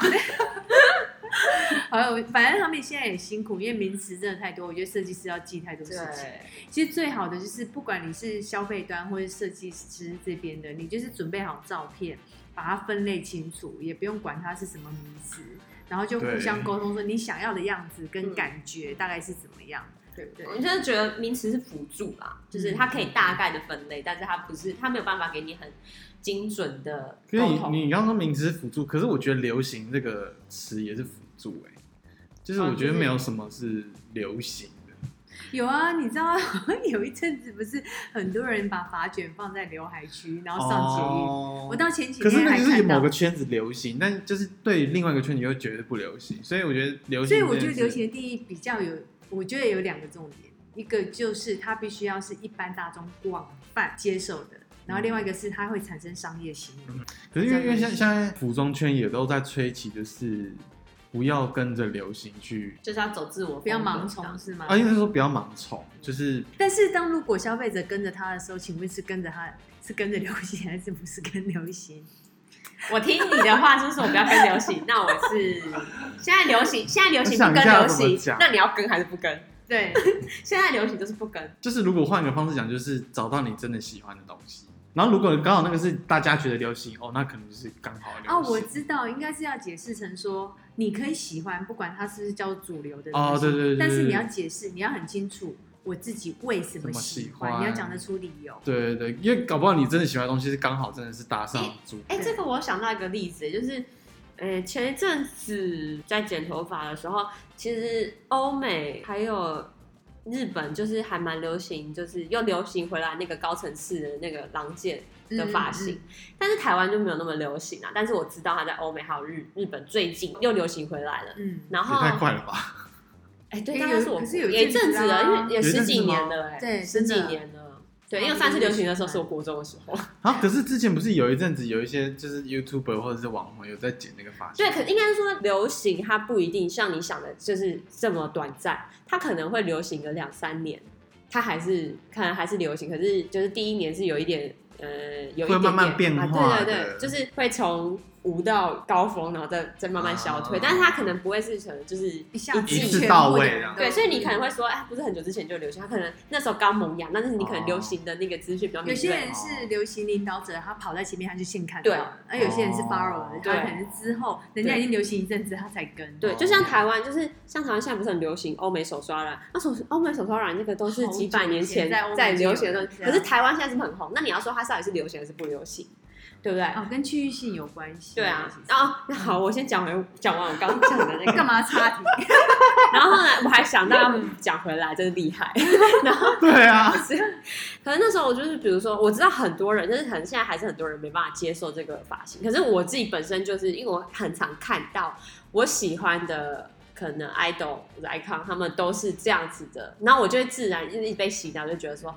Speaker 4: 好，反正他们现在也辛苦，因为名词真的太多，我觉得设计师要记太多事情。其实最好的就是，不管你是消费端或是设计师这边的，你就是准备好照片，把它分类清楚，也不用管它是什么名词，然后就互
Speaker 5: 对
Speaker 4: 相
Speaker 5: *laughs*
Speaker 4: 沟通说你想要的样子跟
Speaker 2: 嗯
Speaker 4: 感觉大概是怎么样。对不对
Speaker 2: 我真的觉得名词是辅助啦，就是它可以大概的分类，但是它不是，它没有办法给你很精准的
Speaker 5: 可是
Speaker 2: 沟
Speaker 5: 你
Speaker 2: 通。
Speaker 5: 你刚刚说名词是辅助，可是我觉得流行这个词也是辅助哎、就是我觉得没有什么是流行的，
Speaker 4: 有啊，你知道 *laughs* 有一阵子不是很多人把发卷放在刘海区，然后上捷运。
Speaker 5: 哦
Speaker 4: 我到前几
Speaker 5: 可是
Speaker 4: 天
Speaker 5: 那
Speaker 4: 还
Speaker 5: 就是
Speaker 4: 看
Speaker 5: 某
Speaker 4: 到
Speaker 5: 个，圈子流行，但就是对另外一个圈子又觉得不流行，所以我觉得流行，
Speaker 4: 所以我觉得流行的定义比较有，我觉得有两个重点，一个就是它必须要是一般大众广泛接受的，然后另外一个是它会产生商业行为。
Speaker 5: 可是因为因为像现在服装圈也都在吹起，就是不要跟着流行去，
Speaker 2: 就是要走自我，
Speaker 4: 不要盲
Speaker 2: 嗯
Speaker 4: 从。是吗？
Speaker 5: 啊，应该是说不要盲从，就是
Speaker 4: 但是当如果消费者跟着他的时候，请问是跟着他是跟着流行还是不是跟流
Speaker 2: *laughs*
Speaker 4: 行？
Speaker 2: 我听你的话，就是我不要跟流行，那我是现在流行，现在流行不
Speaker 5: 我
Speaker 2: 跟
Speaker 5: 想一下
Speaker 2: 流
Speaker 5: 怎么
Speaker 2: 行
Speaker 5: 讲，
Speaker 2: 那你要跟还是不跟？
Speaker 4: 对，
Speaker 2: 现在流行就是不跟，
Speaker 5: 就是如果换个方式讲，就是找到你真的喜欢的东西。然后如果刚好那个是大家觉得流行哦，那可能就是刚好
Speaker 4: *laughs*
Speaker 5: 流行。
Speaker 4: 哦，我知道，应该是要解释成说，你可以喜欢，不管它是不是叫主流的东西
Speaker 5: 哦对对对对
Speaker 4: 但是你要解释，你要很清楚我自己为什么喜
Speaker 5: 怎么喜欢
Speaker 4: 你要讲得出理由。
Speaker 5: 对对对，因为搞不好你真的喜欢的东西是刚好真的是搭上主。
Speaker 2: 哎、这个我想到一个例子，就是，呃，前一阵子在剪头发的时候，其实欧美还有日本，就是还蛮流行，就是又流行回来那个高层次的那个狼剑的发型，
Speaker 4: 嗯
Speaker 2: 但是台湾就没有那么流行啊。但是我知道它在欧美还有日日本最近又流行回来了。
Speaker 4: 嗯，
Speaker 2: 然
Speaker 5: 也太
Speaker 2: 后，
Speaker 5: 快了吧！
Speaker 2: 哎、对，
Speaker 4: 哎
Speaker 2: 大
Speaker 4: 有
Speaker 2: 概是我
Speaker 4: 可是有一
Speaker 2: 也一
Speaker 4: 阵
Speaker 2: 阵
Speaker 4: 子
Speaker 2: 子了，
Speaker 4: 啊
Speaker 2: 因为也
Speaker 5: 有一
Speaker 2: 十
Speaker 5: 阵子
Speaker 2: 几
Speaker 5: 吗
Speaker 2: 年了、哎，
Speaker 4: 对
Speaker 2: 十几
Speaker 4: 真的
Speaker 2: 年了。对，因为上次流行的时候是我国中的时 *laughs* 候，
Speaker 5: 啊，可是之前不是有一阵子有一些就是 YouTuber 或者是网红有在剪那个发型，
Speaker 2: 对，可应该是说流行，它不一定像你想的，就是这么短暂，它可能会流行个两三年，它还是可能还是流行，可是就是第一年是有一点呃，有一点点
Speaker 5: 会慢慢变化
Speaker 2: 啊，对对
Speaker 5: 的
Speaker 2: 对，就是会从舞到高峰，然后再再慢慢消退，
Speaker 5: 啊
Speaker 2: 但是它可能不会是可能就是一
Speaker 4: 一下子
Speaker 5: 一
Speaker 2: 季
Speaker 5: 次
Speaker 4: 全
Speaker 5: 到
Speaker 4: 部的嗯
Speaker 5: 位
Speaker 4: 人
Speaker 5: 这样
Speaker 4: 都
Speaker 2: 对，所以你可能会说，哎，不是很久之前就流行，它可能那时候刚萌芽，但是你可能流行的那个资讯比较
Speaker 4: 哦有
Speaker 2: 敏
Speaker 4: 些
Speaker 2: 锐。
Speaker 4: 人是流行领导者，他跑在前面，他就先看
Speaker 2: 哦对
Speaker 4: 到；而有些人是
Speaker 5: 哦
Speaker 4: follow 的，
Speaker 2: 对
Speaker 4: 他可能是之后人家已经流行一阵子，他才跟。哦
Speaker 2: 对，就像台湾，就是像台湾现在不是很流行欧美手刷染，那手欧美手刷染那个都是几百年前
Speaker 4: 好久以前在欧美就有
Speaker 2: 在流行的东西，
Speaker 4: 这样
Speaker 2: 可是台湾现在是不是很红，那你要说它到底是流行还是不流行，对不对？
Speaker 4: 哦，跟区域性有关系。
Speaker 2: 对啊
Speaker 4: 其实，
Speaker 2: 然后那好，我先讲回讲完我刚刚讲的那个
Speaker 4: *laughs* 干嘛插题？
Speaker 2: *laughs* 然后后来我还想到他们讲回来真厉害，然后
Speaker 5: 对啊，
Speaker 2: *laughs* 是，可能那时候我就是比如说我知道很多人，但是可能现在还是很多人没办法接受这个发型。可是我自己本身就是因为我很常看到我喜欢的。可能 idol 或者 icon 他们都是这样子的，然后我就会自然一直被洗脑，就觉得说，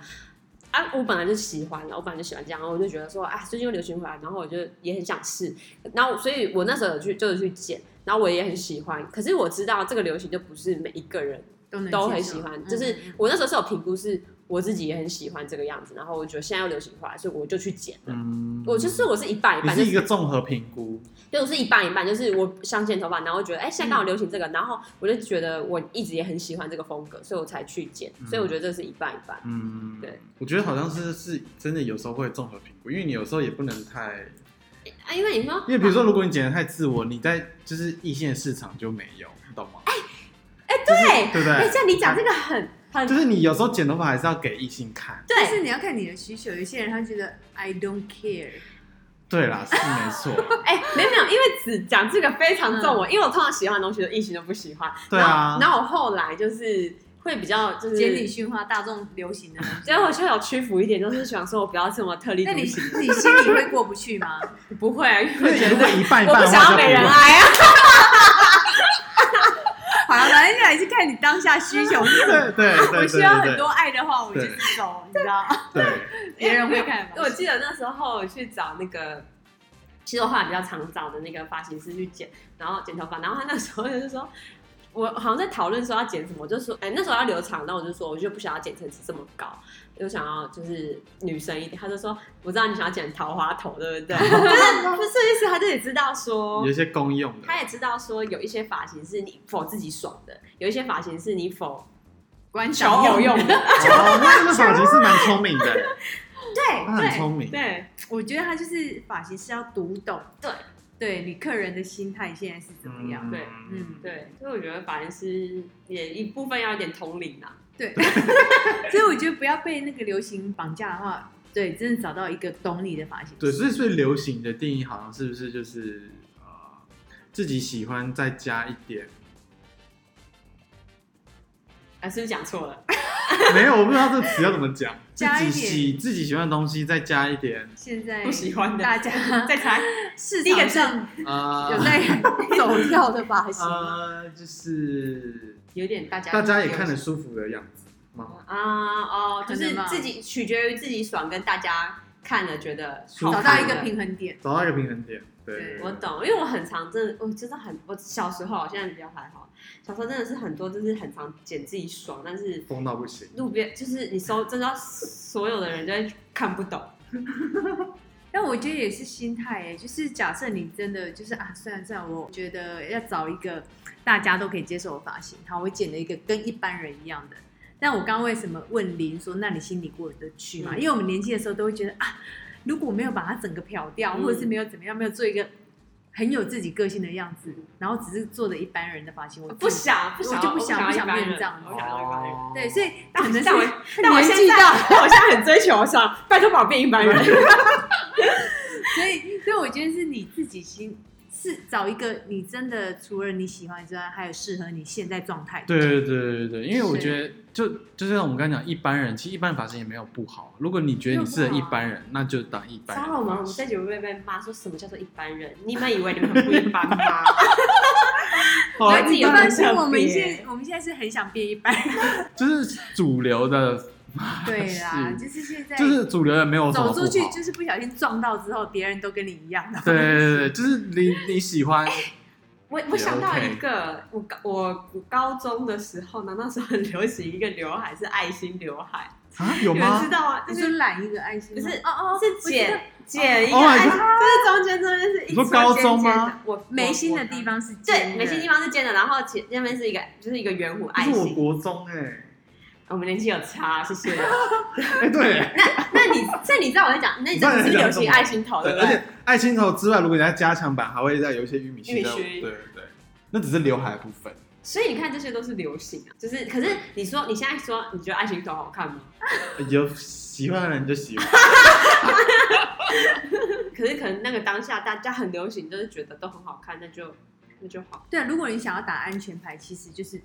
Speaker 2: 啊，我本来就喜欢了，我本来就喜欢这样，然后我就觉得说，啊，最近又流行回来，然后我就也很想试，然后所以我那时候有去就是去剪，然后我也很喜欢，可是我知道这个流行就不是每一个人
Speaker 4: 都能
Speaker 2: 都
Speaker 4: 接
Speaker 2: 很
Speaker 4: 受
Speaker 2: 喜欢。
Speaker 4: 嗯
Speaker 2: 就是
Speaker 4: 嗯
Speaker 2: 我那时候是有评估，是我自己也很喜欢这个样子，然后我觉得现在又流行化，所以我就去剪了。
Speaker 5: 嗯，
Speaker 2: 我就是我是一半一
Speaker 5: 你
Speaker 2: 半，就是
Speaker 5: 一个综合评估，
Speaker 2: 对，我是一半一半，就是我想剪头发，然后觉得哎、现在刚好流行这个，然后我就觉得我一直也很喜欢这个风格，所以我才去剪。
Speaker 5: 嗯
Speaker 2: 所以我觉得这是一半一半。
Speaker 5: 嗯，
Speaker 2: 对，
Speaker 5: 我觉得好像是是真的，有时候会综合评估，因为你有时候也不能太，
Speaker 2: 啊，因为你说
Speaker 5: 因为比如说如果你剪得太自我，你在就是异性的市场就没有，你懂吗？
Speaker 2: 哎、对，
Speaker 5: 对不
Speaker 2: 哎、
Speaker 5: 对？
Speaker 2: 像你讲这个很很
Speaker 5: 就是你有时候剪头发还是要给异性看，
Speaker 2: 对
Speaker 4: 但是你要看你的需求，有些人他觉得 I don't care，
Speaker 5: 对啦，是没
Speaker 2: *laughs*
Speaker 5: 错，
Speaker 2: 哎、没有没有，因为只讲这个非常重
Speaker 4: 嗯
Speaker 2: 我，因为我通常喜欢的东西都异性都不喜欢。
Speaker 5: 对啊
Speaker 2: 然后然后我后来就是会比较就是
Speaker 4: 简理驯化大众流行的东
Speaker 2: *laughs*
Speaker 4: 西。
Speaker 2: 所以我就有屈服一点，就是想说我不要这么特立独
Speaker 4: 那你你
Speaker 2: 行。
Speaker 4: 心里会过不去吗？
Speaker 2: 不会啊，因
Speaker 5: 因为
Speaker 2: 为我觉
Speaker 5: 如果
Speaker 2: 得
Speaker 5: 一半一
Speaker 2: 我
Speaker 5: 半
Speaker 2: 不
Speaker 5: 的
Speaker 2: 想
Speaker 5: 话
Speaker 2: 要
Speaker 5: 就
Speaker 2: 没
Speaker 5: 不
Speaker 2: 人
Speaker 5: 会
Speaker 2: 爱啊。
Speaker 4: 好了，反正还是看你当下需求。
Speaker 5: 对对 *laughs* 对对，
Speaker 4: 我需要
Speaker 5: 对
Speaker 4: 很多爱的话，我就是走，你知道？
Speaker 5: 对，
Speaker 4: 别人会看
Speaker 2: 因为我记得那时候我去找那个，其实我后来比较常找的那个发型师去剪，然后剪头发，然后他那时候就是说。我好像在讨论说要剪什么，我就说，哎、那时候要留长，那我就说，我就不想要剪成这么高，我想要就是女生一点。他就说，我知道你想要剪桃花头，对
Speaker 5: *laughs*
Speaker 2: 不对？ *laughs* 但是不是意思，他自己知道说
Speaker 5: 有，一些公用的，
Speaker 2: 他也知道说有一些发型是你否自己爽的，有一些发型是你否
Speaker 4: 观
Speaker 2: 求偶用的。
Speaker 5: 哦，那那发型是蛮聪明的，
Speaker 4: 对
Speaker 5: 他很
Speaker 4: 对，
Speaker 5: 聪明，
Speaker 2: 对，
Speaker 4: 我觉得他就是发型师要读懂，
Speaker 2: 对
Speaker 4: 对你客人的心态现在是怎么样？
Speaker 2: 对
Speaker 4: 嗯
Speaker 2: 对，所以我觉得发型师也一部分要有点通灵啦、
Speaker 4: 对， *laughs* 所以我觉得不要被那个流行绑架的话，对，真的找到一个懂你的发型师。
Speaker 5: 对，所以所以流行的定义好像是不是就是呃自己喜欢再加一
Speaker 4: *laughs*
Speaker 5: 点？
Speaker 2: 啊，是不是讲错了？
Speaker 5: 没有，我不知道这个词要怎么讲。自
Speaker 4: 加一
Speaker 5: 己
Speaker 4: 点
Speaker 5: 喜自己喜欢的东西再加一点
Speaker 4: 现在
Speaker 2: 不喜欢的
Speaker 4: 大家
Speaker 2: 啊 *laughs* 再猜，
Speaker 4: 市
Speaker 2: 第一
Speaker 4: 场
Speaker 2: 个
Speaker 4: 上
Speaker 5: 啊
Speaker 4: 有在走跳的发型吗，
Speaker 5: 呃，就是
Speaker 2: 有点大家
Speaker 5: 大家也看得舒服的样子吗？
Speaker 2: 啊哦，
Speaker 4: 可
Speaker 2: 就是
Speaker 4: 能吧
Speaker 2: 自己取决于自己爽跟大家看了觉得
Speaker 5: 舒服
Speaker 4: 找
Speaker 2: 好
Speaker 4: 到
Speaker 2: 看
Speaker 4: 一个
Speaker 2: 的
Speaker 4: 平衡点。
Speaker 5: 找到一个平衡点，对，
Speaker 4: 对
Speaker 2: 我懂，因为我很常真的，我真的很，我小时候现在比较还好，小时候真的是很多，就是很常剪自己爽，但是
Speaker 5: 疯到不行。
Speaker 2: 路边就是你收，真的所有的人都会看不懂。
Speaker 4: 但我觉得也是心态诶，就是假设你真的就是啊，算了算了，我觉得要找一个大家都可以接受的发型，好，我剪了一个跟一般人一样的。但我刚刚为什么问林说，那你心里过得去吗？
Speaker 2: 嗯
Speaker 4: 因为我们年轻的时候都会觉得啊，如果没有把它整个漂掉，
Speaker 2: 嗯
Speaker 4: 或者是没有怎么样，没有做一个很有自己个性的样子，然后只是做的一般人的发型，我
Speaker 2: 呃不想，不想，
Speaker 4: 我就不想
Speaker 2: 想，
Speaker 4: 不想变这样
Speaker 2: 我不想要一般人。
Speaker 4: 对，所以
Speaker 2: 但
Speaker 4: 可能是
Speaker 2: 但我但我
Speaker 4: 年
Speaker 2: 现
Speaker 4: 纪
Speaker 2: 在，
Speaker 4: 到
Speaker 2: *laughs* 但我现在很追求上，拜托把我变一般人。
Speaker 4: 所以，所以我觉得是你自己心是找一个你真的除了你喜欢之外，还有适合你现在状态的。
Speaker 5: 对对对对对，因为我
Speaker 4: 是
Speaker 5: 觉得就就像我们刚才讲，一般人其实一般发型也没有不好。如果你觉得你适合一般人，那就当一般人
Speaker 2: 杀
Speaker 5: 发型。
Speaker 2: 了我们，我们这节目被被骂说什么叫做一般人？你们以为你们很不一般
Speaker 4: *laughs*
Speaker 2: 吗？
Speaker 5: 好
Speaker 2: 我自己有
Speaker 4: 但
Speaker 2: 点
Speaker 4: 是我
Speaker 2: 特
Speaker 4: 们现
Speaker 2: 别。
Speaker 4: 在我们现在是很想变一般人，
Speaker 5: 就是主流的，
Speaker 2: 啊
Speaker 4: 对啦，就
Speaker 5: 是
Speaker 4: 是现在
Speaker 5: 就是主流的没有什么
Speaker 4: 走
Speaker 5: 不
Speaker 4: 出
Speaker 5: 好。
Speaker 4: 去，就是不小心撞到之后，别人都跟你一样的。
Speaker 2: *laughs*
Speaker 5: 对对对，就是你你喜欢，
Speaker 2: 我我想到一个，我高我我高中的时候呢，那时候很流行一个刘海是爱心刘海，
Speaker 5: 啊有
Speaker 2: 你们
Speaker 5: 吗
Speaker 2: 知？道吗？就
Speaker 4: 你
Speaker 2: 是
Speaker 4: 说染一个爱心吗，
Speaker 2: 不是
Speaker 4: 哦哦，
Speaker 2: 是
Speaker 4: 我
Speaker 2: 剪
Speaker 4: 知道
Speaker 2: 剪一个
Speaker 5: Oh my
Speaker 2: 按
Speaker 5: god
Speaker 2: 就是中间中间是一
Speaker 5: 你说
Speaker 2: 撮
Speaker 5: 高
Speaker 2: 尖
Speaker 5: 中
Speaker 2: 尖
Speaker 5: 吗
Speaker 2: 的？我
Speaker 4: 眉心的地方是尖
Speaker 2: 啊对，
Speaker 4: 的
Speaker 2: 眉心地方是尖的，然后前那边是一个就是一个圆弧
Speaker 5: 这
Speaker 2: 爱
Speaker 5: 是我
Speaker 2: 心。
Speaker 5: 国中哎、
Speaker 2: 我们年纪有差，谢谢。
Speaker 5: 哎、对，
Speaker 2: *laughs* 那你这你知道我在讲，那你这不是流行爱心头对
Speaker 5: 对，
Speaker 2: 不
Speaker 5: 而
Speaker 2: 对？
Speaker 5: 且爱心头之外，如果你在加强版，还会再有一些玉米须
Speaker 2: 玉米
Speaker 5: 的，
Speaker 2: 须
Speaker 5: 对对对，那只是刘海的部分。
Speaker 2: 所以你看这些都是流行啊，就是可是你说你现在说你觉得爱情头好看吗？
Speaker 5: 有喜欢的人就喜欢，
Speaker 2: 可是可能那个当下大家很流行，就是觉得都很好看，那就那就好，
Speaker 4: 对，如果你想要打安全牌，其实就是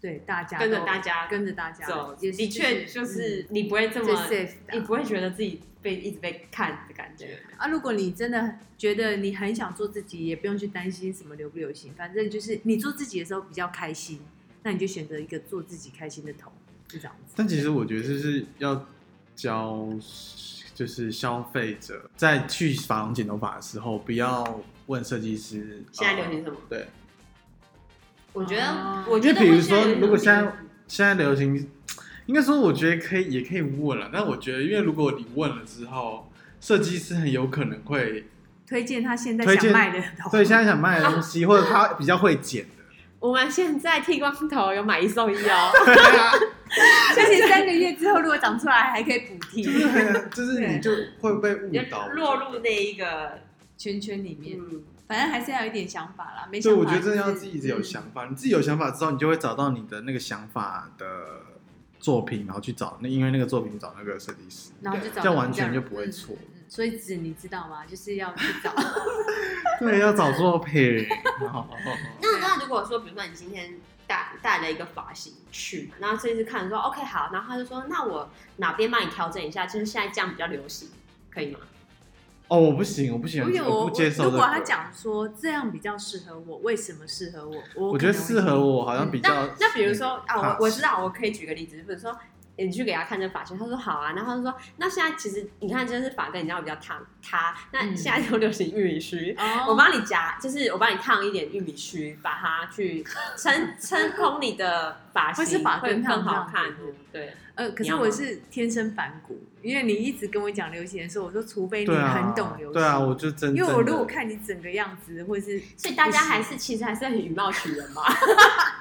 Speaker 4: 对大家
Speaker 2: 跟着
Speaker 4: 都
Speaker 2: 大家
Speaker 4: 跟着大家
Speaker 2: 走。
Speaker 4: 也是
Speaker 2: 的确就是你不会这
Speaker 4: 嗯最
Speaker 2: 么，
Speaker 4: safe 的
Speaker 2: 你
Speaker 4: 啊
Speaker 2: 不会觉得自己被一直被看的感觉。
Speaker 4: 啊。如果你真的觉得你很想做自己，也不用去担心什么流不流行，反正就是你做自己的时候比较开心，那你就选择一个做自己开心的头，就这样子。
Speaker 5: 但其实我觉得就是要教，就是消费者在去发廊剪头发的时候，不要问设计师
Speaker 2: 现在
Speaker 5: 呃
Speaker 2: 流行什么？
Speaker 5: 对，
Speaker 2: 我觉得
Speaker 4: 哦，
Speaker 2: 我觉得
Speaker 5: 因为比如
Speaker 2: 会现在
Speaker 5: 说
Speaker 2: 有点
Speaker 5: 如果现在
Speaker 2: 流行
Speaker 5: 现在流行，应该说我觉得可以，也可以问了。但我觉得，因为如果你问了之后，设计师很有可能会
Speaker 4: 推荐他现在
Speaker 5: 推荐
Speaker 4: 想卖的
Speaker 2: 哦
Speaker 4: 头，
Speaker 5: 对现在想卖的
Speaker 2: *laughs*
Speaker 5: 东西，或者他比较会剪的。
Speaker 2: 我们现在剃光头有买一送一哦，
Speaker 5: 对啊，
Speaker 4: 而且三个月之后如果长出来还可以补
Speaker 5: 就
Speaker 4: 剃
Speaker 5: 是很就是你就会被误
Speaker 2: 你
Speaker 5: 导
Speaker 2: 就，落入那一个
Speaker 4: 圈圈里面，
Speaker 2: 嗯。
Speaker 4: 反正还是要有一点想法啦。没
Speaker 5: 所以
Speaker 4: 想法
Speaker 5: 我觉得真的要
Speaker 4: 就是嗯
Speaker 5: 自己有想法，你自己有想法之后，你就会找到你的那个想法的作品，然后去找那因为那个作品找那个设计师，
Speaker 4: 然后就找
Speaker 5: 这样
Speaker 4: 到
Speaker 5: 完全
Speaker 4: 人
Speaker 5: 就不会错
Speaker 4: 嗯嗯嗯所以子你知道吗？就是要去
Speaker 5: *laughs*
Speaker 4: 找
Speaker 5: 对，要找作品。好
Speaker 2: 那
Speaker 4: 对啊
Speaker 2: 那如果说，比如说你今天带带了一个发型去，然后这次看说 OK 好，然后他就说那我哪边帮你调整一下，就是现在这样比较流行，可以吗？
Speaker 5: 哦，我不行，我不行，
Speaker 4: 而且我
Speaker 5: 不接受、这
Speaker 4: 如
Speaker 5: 个。
Speaker 4: 果他讲说这样比较适合我，为什么适合我？我
Speaker 5: 我
Speaker 4: 我
Speaker 5: 觉得适合
Speaker 4: 嗯
Speaker 5: 我好像比较嗯
Speaker 2: 那那比如说啊，
Speaker 5: 怕
Speaker 2: 我我知道，我可以举个例子，比如说。你去给他看这发型，他说好啊，然后他说那现在其实你看，就是发根你知道比较烫，塌，那
Speaker 4: 嗯
Speaker 2: 现在都流行玉米须，
Speaker 4: 哦，
Speaker 2: *laughs* 我帮你夹，就是我帮你烫一点玉米须，把它去 *laughs* 撑撑空你的发型，
Speaker 4: 会是发
Speaker 2: 会
Speaker 4: 根
Speaker 2: 更
Speaker 4: 烫
Speaker 2: 好
Speaker 4: 这
Speaker 2: 看
Speaker 4: 样子。
Speaker 2: 对，
Speaker 4: 呃，可
Speaker 2: 你
Speaker 4: 是
Speaker 2: 要吗
Speaker 4: 我是天生反骨，因为你一直跟我讲流行的时候，我说除非你
Speaker 5: 对啊，
Speaker 4: 很懂流行，
Speaker 5: 对啊，我就真
Speaker 4: 因为我如果
Speaker 5: 真的
Speaker 4: 看你整个样子，或是
Speaker 2: 所以大家还是其实还是很以貌取人嘛。
Speaker 4: *laughs*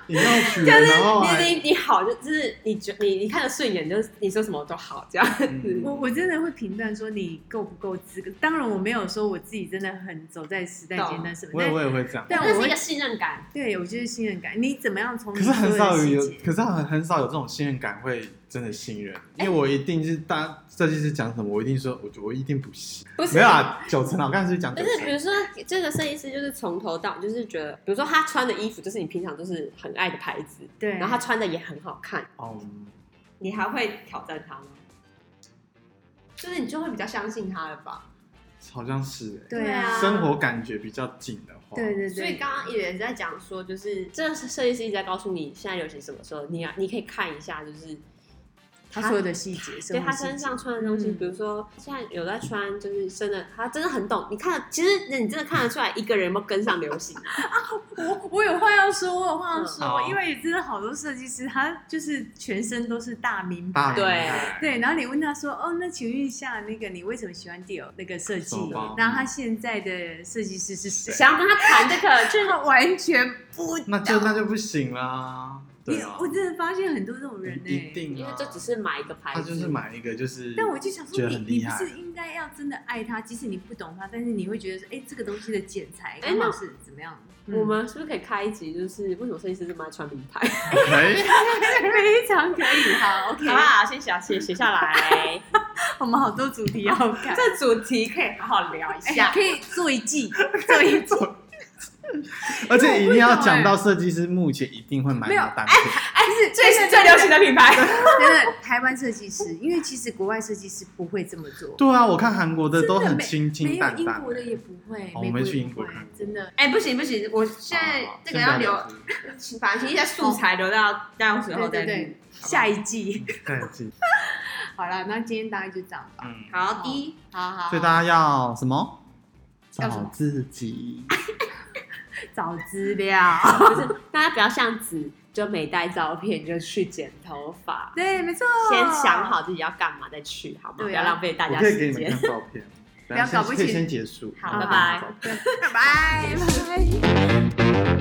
Speaker 5: 你要取人，然后
Speaker 2: 你
Speaker 5: 还
Speaker 2: 你你好，就就是你觉你你看着顺眼，就是你说什么都好这样。 *laughs*
Speaker 5: 嗯
Speaker 4: 我我真的会评断说你够不够资格。当然，我没有说我自己真的很走在时代尖端什么，
Speaker 5: 我也
Speaker 4: 但
Speaker 5: 我也会这样。
Speaker 4: 但
Speaker 2: 那
Speaker 4: 我
Speaker 2: 是一
Speaker 4: 会
Speaker 2: 个信任感，
Speaker 4: 对我就是信任感。你怎么样从
Speaker 5: 可是很
Speaker 4: 嗯
Speaker 5: 少有，
Speaker 4: 所有的细节
Speaker 5: 可是很很少有这种信任感会真的信任，因为我一定是大设计师讲什么，我一定说，我我一定不信。
Speaker 2: 不是
Speaker 5: 没有啊，九成啊，我刚才是讲
Speaker 2: 就
Speaker 5: 九
Speaker 2: 是比
Speaker 5: 成，
Speaker 2: 如说这个设计师就是从头到就是觉得，比如说他穿的衣服就是你平常都是很爱的牌子，
Speaker 4: 对，
Speaker 2: 然后他穿的也很好看，
Speaker 5: 哦，
Speaker 2: 你还会挑战他吗？就是你就会比较相信他了吧？
Speaker 5: 好像是欸
Speaker 4: 对啊，
Speaker 5: 生活感觉比较紧的话，
Speaker 4: 对对对，
Speaker 2: 所以刚刚也在讲说，就是这设计师一直在告诉你现在流行什么时候，你要你可以看一下，就是
Speaker 4: 他所有的细节，
Speaker 2: 对
Speaker 4: 生活
Speaker 2: 他
Speaker 4: 细节
Speaker 2: 身上穿的东西，
Speaker 4: 嗯
Speaker 2: 比如说现在有在穿，就是真的，他真的很懂。你看，其实你真的看得出来一个人有没有跟上流行。啊
Speaker 4: 我我有话要说，我有话要
Speaker 5: 嗯
Speaker 4: 说，
Speaker 5: 好
Speaker 4: 因为真的好多设计师，他就是全身都是大名
Speaker 5: 大
Speaker 4: 牌，
Speaker 5: 名
Speaker 2: 对
Speaker 5: 牌
Speaker 4: 对，然后你问他说，哦，那请问一下，那个你为什么喜欢 Dior 那个设计
Speaker 5: 手包？嗯
Speaker 4: 那他现在的设计师是谁？
Speaker 2: 想要跟他谈这个，就
Speaker 4: 这个 *laughs* 完全不
Speaker 5: 那就那就不行啦，
Speaker 4: 你
Speaker 5: 对啊，
Speaker 4: 我真的发现很多这种人欸呢、
Speaker 5: 一定
Speaker 2: 因为
Speaker 5: 啊，
Speaker 2: 这只是买一个牌
Speaker 5: 他
Speaker 2: 子，
Speaker 5: 就是。买一个就是，
Speaker 4: 但我就想
Speaker 5: 觉
Speaker 4: 说
Speaker 5: 得
Speaker 4: 你，
Speaker 5: 很
Speaker 4: 你
Speaker 5: 厉
Speaker 4: 不
Speaker 5: 害
Speaker 4: 是应该要真的爱他，即使你不懂他，但是你会觉得说，哎、这个东西的剪裁
Speaker 2: 哎
Speaker 4: 刚好
Speaker 2: 那
Speaker 4: 是怎么样？嗯 *laughs*
Speaker 2: 我们是不是可以开一集？就是为什么设计师这么爱穿名牌？ *laughs*
Speaker 5: 哎
Speaker 4: 欸非常可以，好，OK，
Speaker 2: *laughs*
Speaker 4: 啊
Speaker 2: 好啦，先写写写下 *laughs* 来。
Speaker 4: 我们好多主题要看。
Speaker 2: 这主题可以好好聊一
Speaker 4: 哎、
Speaker 2: 下。
Speaker 4: 可以做一季，做一季。
Speaker 5: 而且一定要讲到设计师目前一定会买
Speaker 4: 没有
Speaker 5: 的单品，
Speaker 2: 哎，是最是最流行的品牌。
Speaker 4: 真的，台湾设计师，因为其实国外设计师不会这么做，
Speaker 5: 对啊，我看韩国的都
Speaker 4: 真的
Speaker 5: 很
Speaker 4: 没
Speaker 5: 清清
Speaker 4: 没有
Speaker 5: 淡
Speaker 4: 英
Speaker 5: 淡
Speaker 4: 国的
Speaker 5: 欸，
Speaker 4: 也不会，
Speaker 5: 哦
Speaker 4: 美
Speaker 5: 我
Speaker 4: 国
Speaker 5: 没
Speaker 4: 也
Speaker 5: 去英
Speaker 4: 不
Speaker 5: 国
Speaker 4: 会
Speaker 5: 看过
Speaker 4: 真的。
Speaker 2: 哎，不行不行，我现在
Speaker 5: 好好
Speaker 2: 这个
Speaker 5: 先不
Speaker 2: 要留
Speaker 5: 聊，
Speaker 2: 反正现在素材留到到时候
Speaker 4: 对对
Speaker 2: 再录。
Speaker 4: 对，下一季。
Speaker 5: 再见，
Speaker 4: 好了，那今天大概就这样吧。
Speaker 5: 嗯。
Speaker 2: 好，第一，好好好
Speaker 5: 所以大家要什么？
Speaker 4: 要什么
Speaker 5: 找自己。
Speaker 4: 找资料。
Speaker 2: 不是，大家不要像子，就没带照片就去剪头发，
Speaker 4: 对，没错。
Speaker 2: 先想。好自己要干嘛再去，好吗？
Speaker 4: 对啊
Speaker 2: 不要浪费大
Speaker 5: 我
Speaker 2: 家
Speaker 5: 可以给
Speaker 2: 时
Speaker 5: 你
Speaker 2: 间。
Speaker 5: 们看照片，
Speaker 4: 不要搞不
Speaker 5: 可以
Speaker 4: 清
Speaker 5: 先结束，嗯
Speaker 4: 好
Speaker 5: 然后
Speaker 2: 拜拜
Speaker 5: *laughs* 再走
Speaker 4: 拜拜。
Speaker 6: 拜。